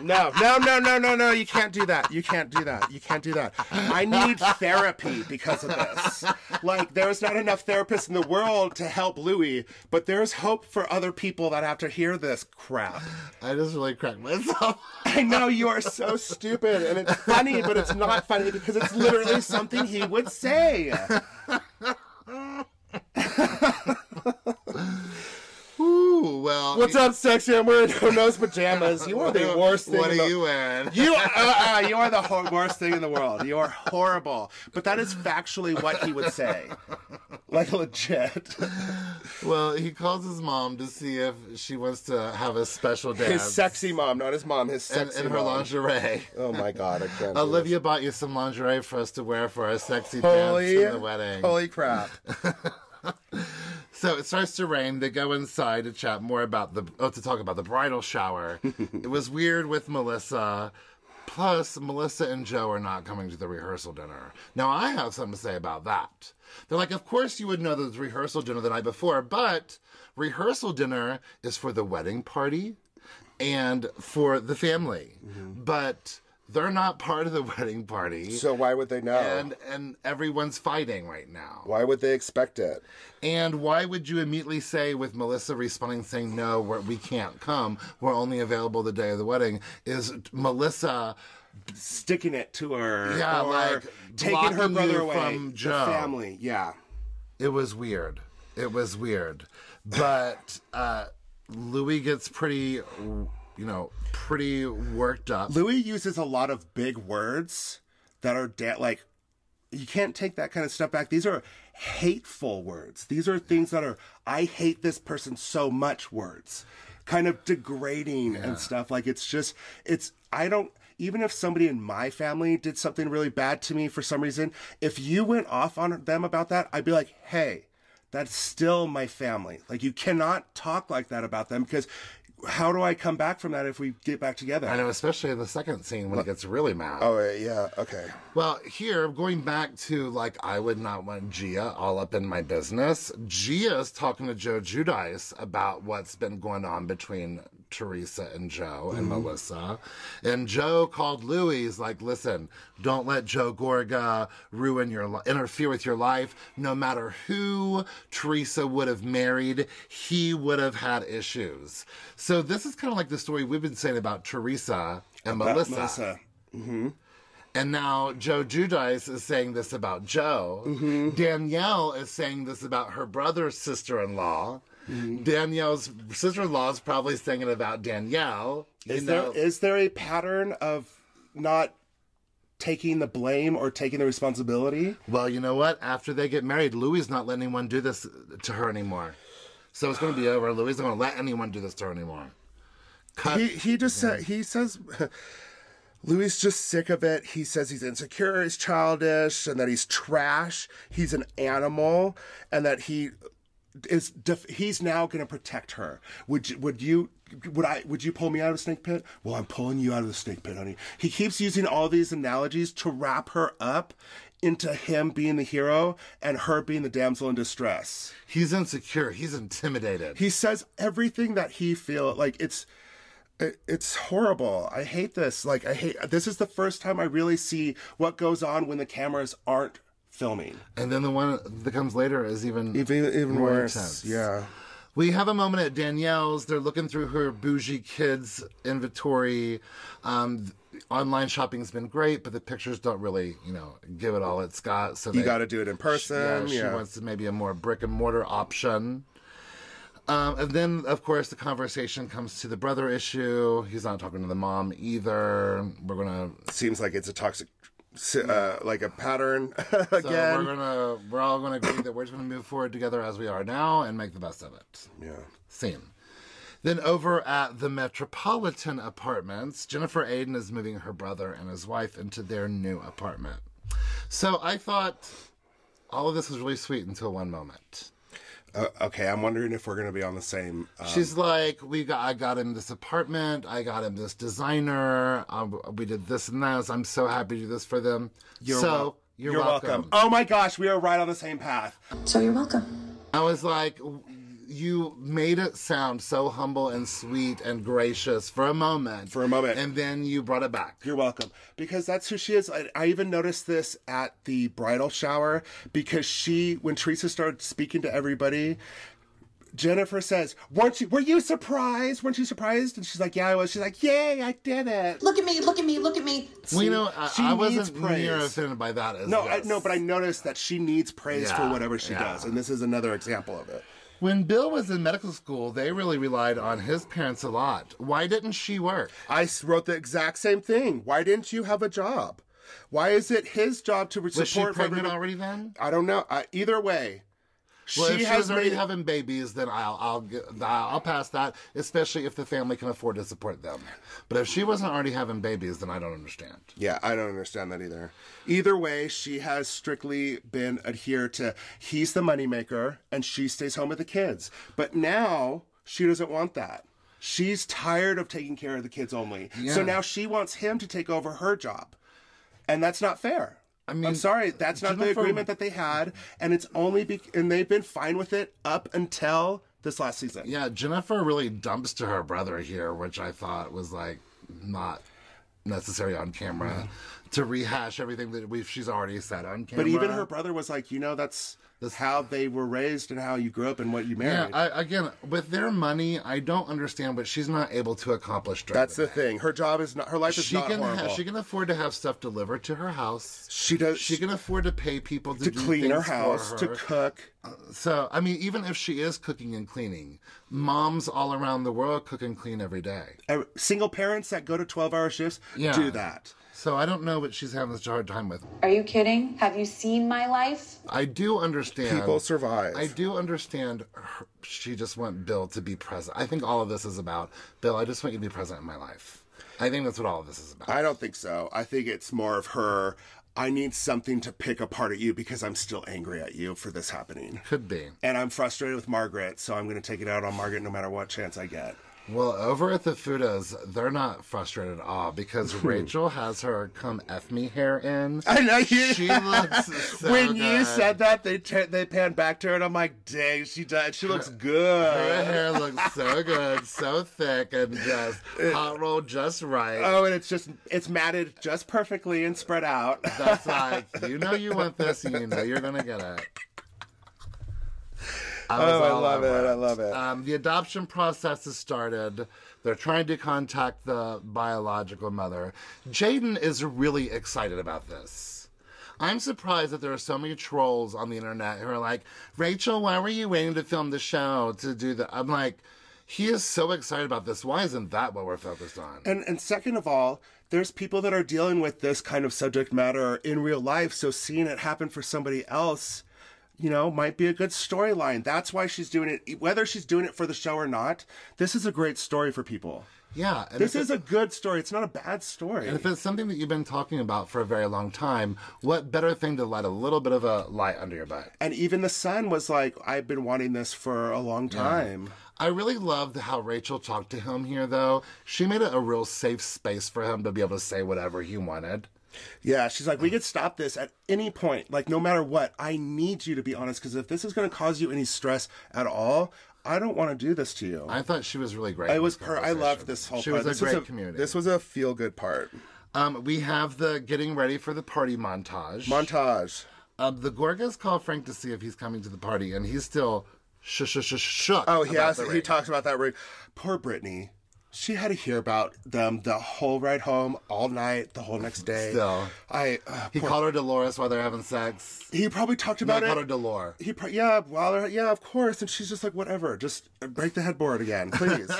No, no, no, no, no, no. You can't do that. You can't do that. You can't do that. I need therapy because of this. Like, there's not enough therapists in the world to help Louis, but there's hope for other people that have to hear this crap.
I just really cracked myself.
I know you are so stupid, and it's funny, but it's not funny because it's literally something he would say.
Ooh, well.
What's up, sexy? I'm wearing who knows pajamas. You are the worst thing.
What
in
are
the-
you wearing?
You are, uh, uh, you are the hor- worst thing in the world. You are horrible. But that is factually what he would say. Like legit.
Well, he calls his mom to see if she wants to have a special dance.
His sexy mom, not his mom, his
and,
sexy
and her
mom.
lingerie.
Oh my god, I can't. do
Olivia bought you some lingerie for us to wear for our sexy
this.
dance in the wedding.
Holy crap.
So it starts to rain. They go inside to chat more about the oh, to talk about the bridal shower. it was weird with Melissa. Plus, Melissa and Joe are not coming to the rehearsal dinner. Now, I have something to say about that. They're like, of course you would know there's rehearsal dinner the night before, but rehearsal dinner is for the wedding party and for the family. But they're not part of the wedding party.
So why would they know?
and and everyone's fighting right now.
why would they expect it?
And why would you immediately say, with Melissa responding saying, no, we're, we can't come, we're only available the day of the wedding, is Melissa,
Sticking it to her.
Yeah,
or
like,
taking her
blocking
brother
you
away
from
the
Joe.
Family, yeah.
it was weird. It was weird. But uh, Louis gets pretty, you know, pretty worked up.
Louis uses a lot of big words that are da- like you can't take that kind of stuff back. These are hateful words. These are things that are I hate this person so much words. Kind of degrading and stuff. Like it's just it's I don't even if somebody in my family did something really bad to me for some reason, if you went off on them about that, I'd be like, "Hey, that's still my family. Like you cannot talk like that about them because how do I come back from that if we get back together?"
I know, especially in the second scene when it gets really mad.
Oh yeah, okay.
Well, here, going back to like, I would not want Gia all up in my business. Gia's talking to Joe Judice about what's been going on between Teresa and Joe and Melissa. And Joe called Louis, he's like, listen, don't let Joe Gorga ruin your life, interfere with your life. No matter who Teresa would have married, he would have had issues. So this is kind of like the story we've been saying about Teresa and
Melissa.
and now Joe Judice is saying this about Joe.
Mm-hmm.
Danielle is saying this about her brother's sister in law.
Mm-hmm.
Danielle's sister in law is probably saying it about Danielle. You
Is
know,
there is there a pattern of not taking the blame or taking the responsibility?
well, you know what? After they get married, Louis is not letting anyone do this to her anymore. So it's going to be over. Louis isn't going to let anyone do this to her anymore. Cut.
He he just said he says Louis is just sick of it. He says he's insecure, he's childish, and that he's trash. He's an animal, and that he is def- he's now going to protect her. Would you, would you would I would you pull me out of the snake pit? Well, I'm pulling you out of the snake pit, honey. He keeps using all these analogies to wrap her up into him being the hero and her being the damsel in distress.
He's insecure. He's intimidated.
He says everything that he feel like it's it- it's horrible. I hate this. Like I hate this is the first time I really see what goes on when the cameras aren't filming.
and then the one that comes later is even
Even even
More
worse.
intense.
Yeah.
We have a moment at Danielle's. They're looking through her bougie kids' inventory. Um, th- online shopping's been great, but the pictures don't really, you know, give it all it's got. So
You
they-
got to do it in person.
Yeah, she wants maybe a more brick and mortar option. Um, and then, of course, the conversation comes to the brother issue. He's not talking to the mom either. We're gonna,
Seems like it's a toxic, uh, like a pattern
so we're gonna, we're all gonna agree that we're just gonna move forward together as we are now and make the best of it.
yeah.
Scene. Then over at the Metropolitan Apartments, Jennifer Aiden is moving her brother and his wife into their new apartment. So I thought all of this was really sweet until one moment.
Uh, okay, I'm wondering if we're gonna be on the same. Uh,
She's like, we got, I got him this apartment. I got him this designer. Um, we did this and that. I'm so happy to do this for them. so
wel-
you're,
you're
welcome.
Oh my gosh, we are right on the same path.
So you're welcome.
I was like, w- you made it sound so humble and sweet and gracious for a moment.
For a moment.
And then you brought it back.
You're welcome. Because that's who she is. I, I even noticed this at the bridal shower because she, when Teresa started speaking to everybody, Jennifer says, "Weren't you? Were you surprised? Weren't you surprised?" And she's like, "Yeah, I was." She's like, "Yay, I did it."
Look at me, look at me, look at me.
well, you know, I,
she
I
needs
wasn't near
praise.
offended by that. As
No,
this.
I, no, but I noticed that she needs praise for
Yeah,
whatever she
yeah.
does, and this is another example of it.
When Bill was in medical school, they really relied on his parents a lot. Why didn't she work?
I s- wrote the exact same thing. Why didn't you have a job? Why is it his job to
Was she
support?
pregnant
everybody?
already then?
I don't know. I, either way,
Well,
she
if
has
she's already
made-
having babies, then I'll I'll get, I'll I'll pass that, especially if the family can afford to support them. But if she wasn't already having babies, then I don't understand.
Yeah, I don't understand that either. Either way, she has strictly been adhered to he's the moneymaker and she stays home with the kids. But now she doesn't want that. She's tired of taking care of the kids only. So
Yeah.
now she wants him to take over her job. And that's not fair. I
mean,
I'm sorry, that's not the
Jennifer-
agreement that they had, and it's only be- and they've been fine with it up until this last season.
Yeah, Jennifer really dumps to her brother here, which I thought was like not necessary on camera to rehash everything that we she's already said on camera.
But even her brother was like, you know, that's how they were raised and how you grew up and what you married.
Yeah, I, again, with their money, I don't understand what she's not able to accomplish. during
That's the thing. Her job is not. Her life is
she
not
can ha-
horrible.
she can afford to have stuff delivered to her house.
She does-
She can afford to pay people to,
to
do
clean her
things for
house, to
her.
cook.
So I mean, even if she is cooking and cleaning, moms all around the world cook and clean every day.
Uh, Single parents that go to twelve-hour shifts
Yeah.
do that.
So I don't know what she's having such a hard time with.
Are you kidding? Have you seen my life?
I do understand
People survive.
I do understand. Her, she just want Bill to be present. I think all of this is about Bill. I just want you to be present in my life. I think that's what all of this is about.
I don't think so. I think it's more of her. I need something to pick apart at you because I'm still angry at you for this happening,
Could be.
and I'm frustrated with Margaret. So I'm going to take it out on Margaret no matter what chance I get.
Well, over at the Fudas, they're not frustrated at all because Rachel has her come F me hair in.
Hmm. I know you.
She looks so
when you
good.
said that, they tur- they panned back to her, and I'm like, "Dang, she died. She looks
Her
good."
hair looks so good, so thick, and just hot rolled just right.
Uh, Oh, and it's just it's matted just perfectly and spread out.
That's like, you know you want this and you know you're going to get it. I was
Oh, I
all
love
over
it, I love it.
Um, the adoption process has started. They're trying to contact the biological mother. Jaden is really excited about this. I'm surprised that there are so many trolls on the internet who are like, Rachel, why were you waiting to film the show to do that? I'm like, he is so excited about this. Why isn't that what we're focused on?
And and second of all, there's people that are dealing with this kind of subject matter in real life, so seeing it happen for somebody else, you know, might be a good storyline. That's why she's doing it. Whether she's doing it for the show or not, this is a great story for people.
yeah. And
This
if it-
is a good story. It's not a bad story.
And if it's something that you've been talking about for a very long time, what better thing to light a little bit of a light under your butt?
And even the son was like, I've been wanting this for a long time.
I really loved how Rachel talked to him here, though. She made it a real safe space for him to be able to say whatever he wanted.
Yeah, she's like, we could stop this at any point. Like, no matter what, I need you to be honest because if this is going to cause you any stress at all, I don't want to do this to you. I,
I thought she was really great. in
was
this
per- I
conversation.
loved this whole.
She
part.
was a
this
great community.
This was a feel good part.
Um, we have the getting ready for the party montage.
Montage.
um, the Gorgas call Frank to see if he's coming to the party, and he's still sh sh sh shook.
Oh, he
about
asked,
the
he
ring.
talks about that ring. Poor Brittany. She had to hear about them the whole ride home, all night, the whole next day.
Still.
I uh,
He called her Dolores while they're having sex.
he probably talked
No, I
about
called her
it.
Dolores.
He pro- yeah, while they're- yeah, of course. And she's just like, whatever, just break the headboard again, please.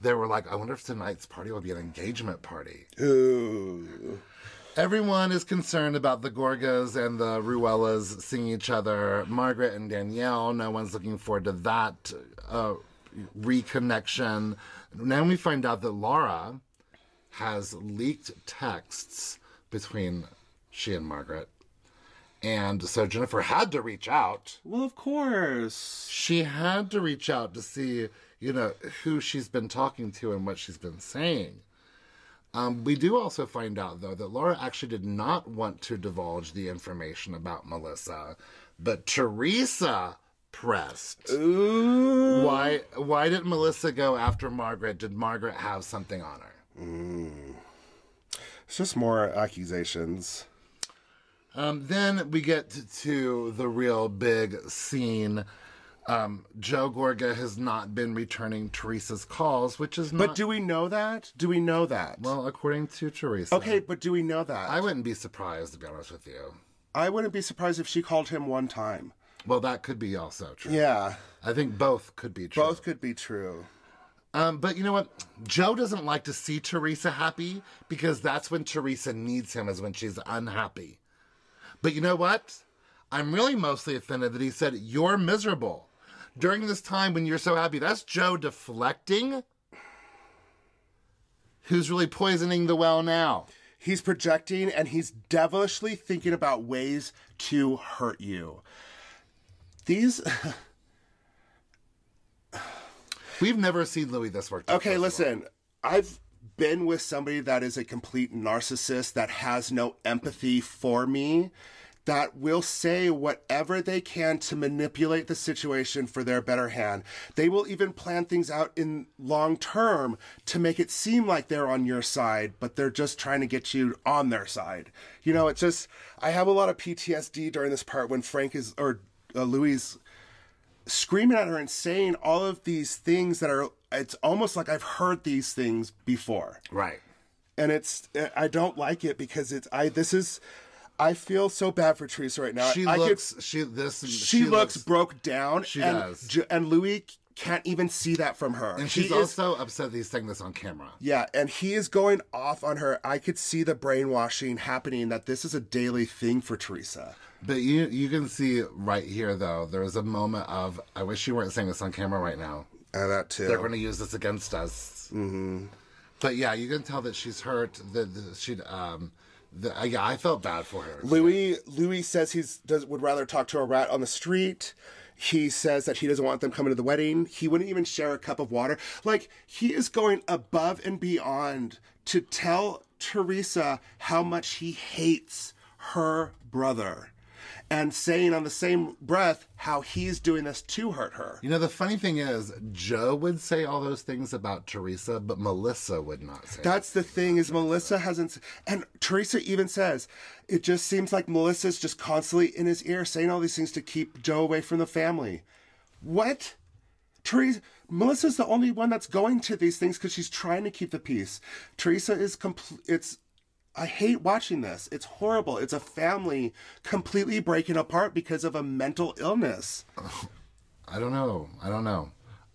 They were like, I wonder if tonight's party will be an engagement party.
Ooh.
Everyone is concerned about the Gorgas and the Ruellas seeing each other. Margaret and Danielle, no one's looking forward to that uh, reconnection. Now we find out that Laura has leaked texts between she and Margaret. And so Jennifer had to reach out.
Well, of course.
She had to reach out to see, you know, who she's been talking to and what she's been saying. Um, we do also find out, though, that Laura actually did not want to divulge the information about Melissa, but Teresa pressed.
Ooh.
Why? Why did Melissa go after Margaret? Did Margaret have something on her?
It's just more accusations.
Um, then we get t- to the real big scene. Um, Joe Gorga has not been returning Teresa's calls, which is not.
But do we know that? Do we know that?
Well, according to Teresa.
okay, but do we know that?
I wouldn't be surprised, to be honest with you.
I wouldn't be surprised if she called him one time.
Well, that could be also true.
Yeah,
I think both could be true.
both could be true.
Um, but you know what? Joe doesn't like to see Teresa happy because that's when Teresa needs him, is when she's unhappy. But you know what? I'm really mostly offended that he said, You're miserable. During this time when you're so happy, that's Joe deflecting. Who's really poisoning the well now?
He's projecting and he's devilishly thinking about ways to hurt you. These.
We've never seen Louis this worked. out,
Okay,
first of all.
listen. I've been with somebody that is a complete narcissist that has no empathy for me, that will say whatever they can to manipulate the situation for their better hand. They will even plan things out in long term to make it seem like they're on your side, but they're just trying to get you on their side. You know, it's just I have a lot of PTSD during this part when Frank is or uh, Louis screaming at her and saying all of these things that are it's almost like i've heard these things before
Right.
and it's i don't like it because it's i this is i feel so bad for teresa right now
She
I could-
looks. she this.
she, looks, broke down
She
and,
does.
Ju- and louis can't even see that from her
And she's
He is-
also upset that he's saying this on camera.
yeah, and he is going off on her. I could see the brainwashing happening that this is a daily thing for Teresa.
But you you can see right here though, there was a moment of I wish you weren't saying this on camera right now.
And that too.
They're going to use this against us. Mm-hmm. But yeah, you can tell that she's hurt. That that she um, the, uh, yeah, I felt bad for her.
Louis Louis says he's does would rather talk to a rat on the street. He says that he doesn't want them coming to the wedding. He wouldn't even share a cup of water. Like he is going above and beyond to tell Teresa how much he hates her brother and saying on the same breath how he's doing this to hurt her.
You know, the funny thing is, Joe would say all those things about Teresa, but Melissa would not say.
That's the thing is Melissa hasn't, and Teresa even says, it just seems like Melissa's just constantly in his ear saying all these things to keep Joe away from the family. What? Teresa, Melissa's the only one that's going to these things because she's trying to keep the peace. Teresa is complete. It's, I hate watching this. It's horrible. It's a family completely breaking apart because of a mental illness.
I don't know. I don't know.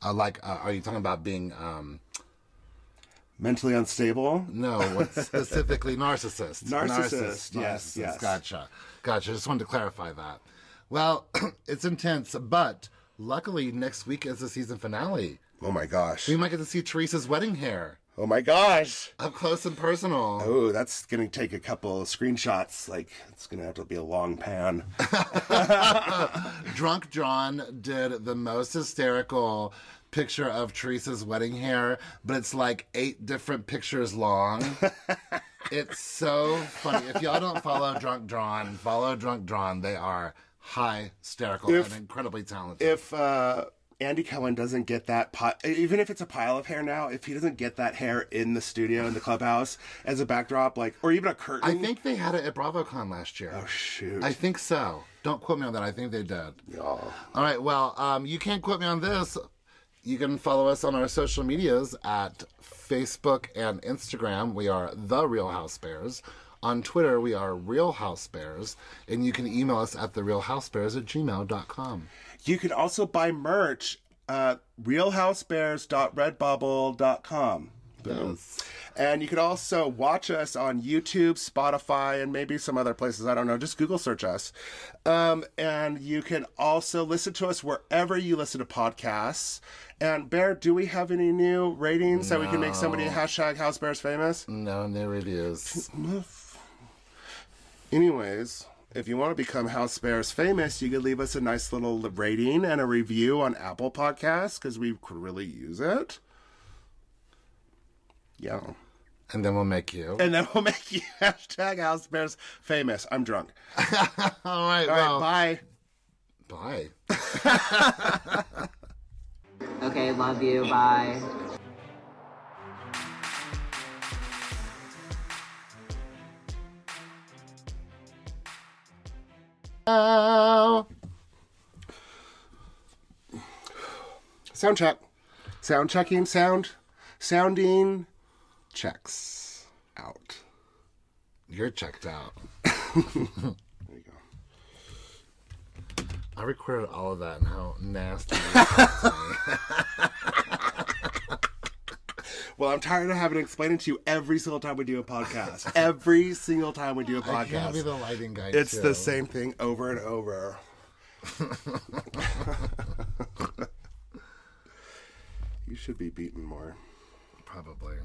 Uh, like, uh, are you talking about being um,
Mentally unstable.
No, what specifically narcissist.
Narcissist, yes, yes.
Gotcha. Gotcha. Just wanted to clarify that. Well, it's intense, but luckily next week is the season finale.
Oh my gosh.
We might get to see Teresa's wedding hair
Oh my gosh.
up close and personal.
Oh, that's gonna take a couple of screenshots. Like it's gonna have to be a long pan.
Drunk John did the most hysterical picture of Teresa's wedding hair, but it's like eight different pictures long. it's so funny. If y'all don't follow Drunk John, follow Drunk John. They are high hysterical
If-
and incredibly talented.
if uh, Andy Cohen doesn't get that, pi- even if it's a pile of hair now, if he doesn't get that hair in the studio in the clubhouse as a backdrop, like or even a curtain,
I think they had it at BravoCon last year.
Oh shoot!
I think so. Don't quote me on that. I think they did. All right. Well, um, you can't quote me on this. You can follow us on our social medias at Facebook and Instagram. We are The Real House Bears. On Twitter, we are Real House Bears. And you can email us at therealhousebears at gmail.com.
You can also buy merch at realhousebears.redbubble.com. Boom. And you can also watch us on YouTube, Spotify, and maybe some other places. I don't know. Just Google search us. Um, and you can also listen to us wherever you listen to podcasts. And Bear, do we have any new ratings that we can make somebody hashtag House Bears famous?
No new reviews.
Anyways, if you want to become House Bears famous, you could leave us a nice little rating and a review on Apple Podcasts because we could really use it. Yeah.
And then we'll make you.
And then we'll make you hashtag House Bears famous. I'm drunk.
All right,
All right,
well,
bye.
bye.
Okay, love you. Bye.
Oh.
Sound check. Sound checking, sound, sounding checks out.
You're checked out. I recorded all of that and how nasty.
Well, I'm tired of having to explain it to you every single time we do a podcast. every single time we do a
I can't be
podcast.
the lighting guy.
It's
too.
the same thing over and over. you should be beaten more.
Probably.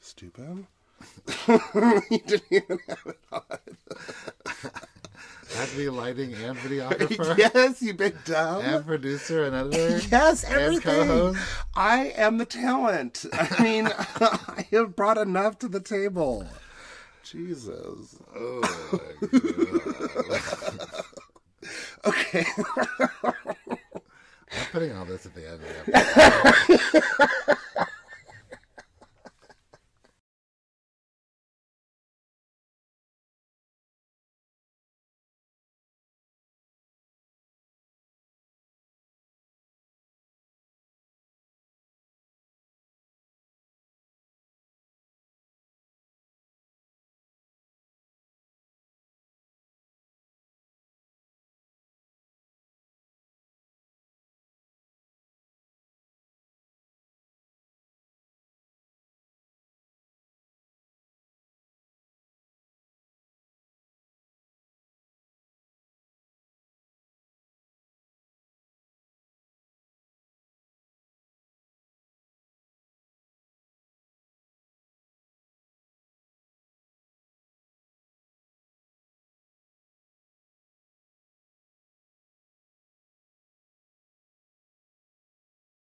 Stupid.
I have to be lighting and videographer
yes, you big dumb.
and producer and editor.
Yes,
And
everything.
co-host.
I am the talent. I mean, I have brought enough to the table. Jesus. okay.
I'm putting all this at the end of the episode.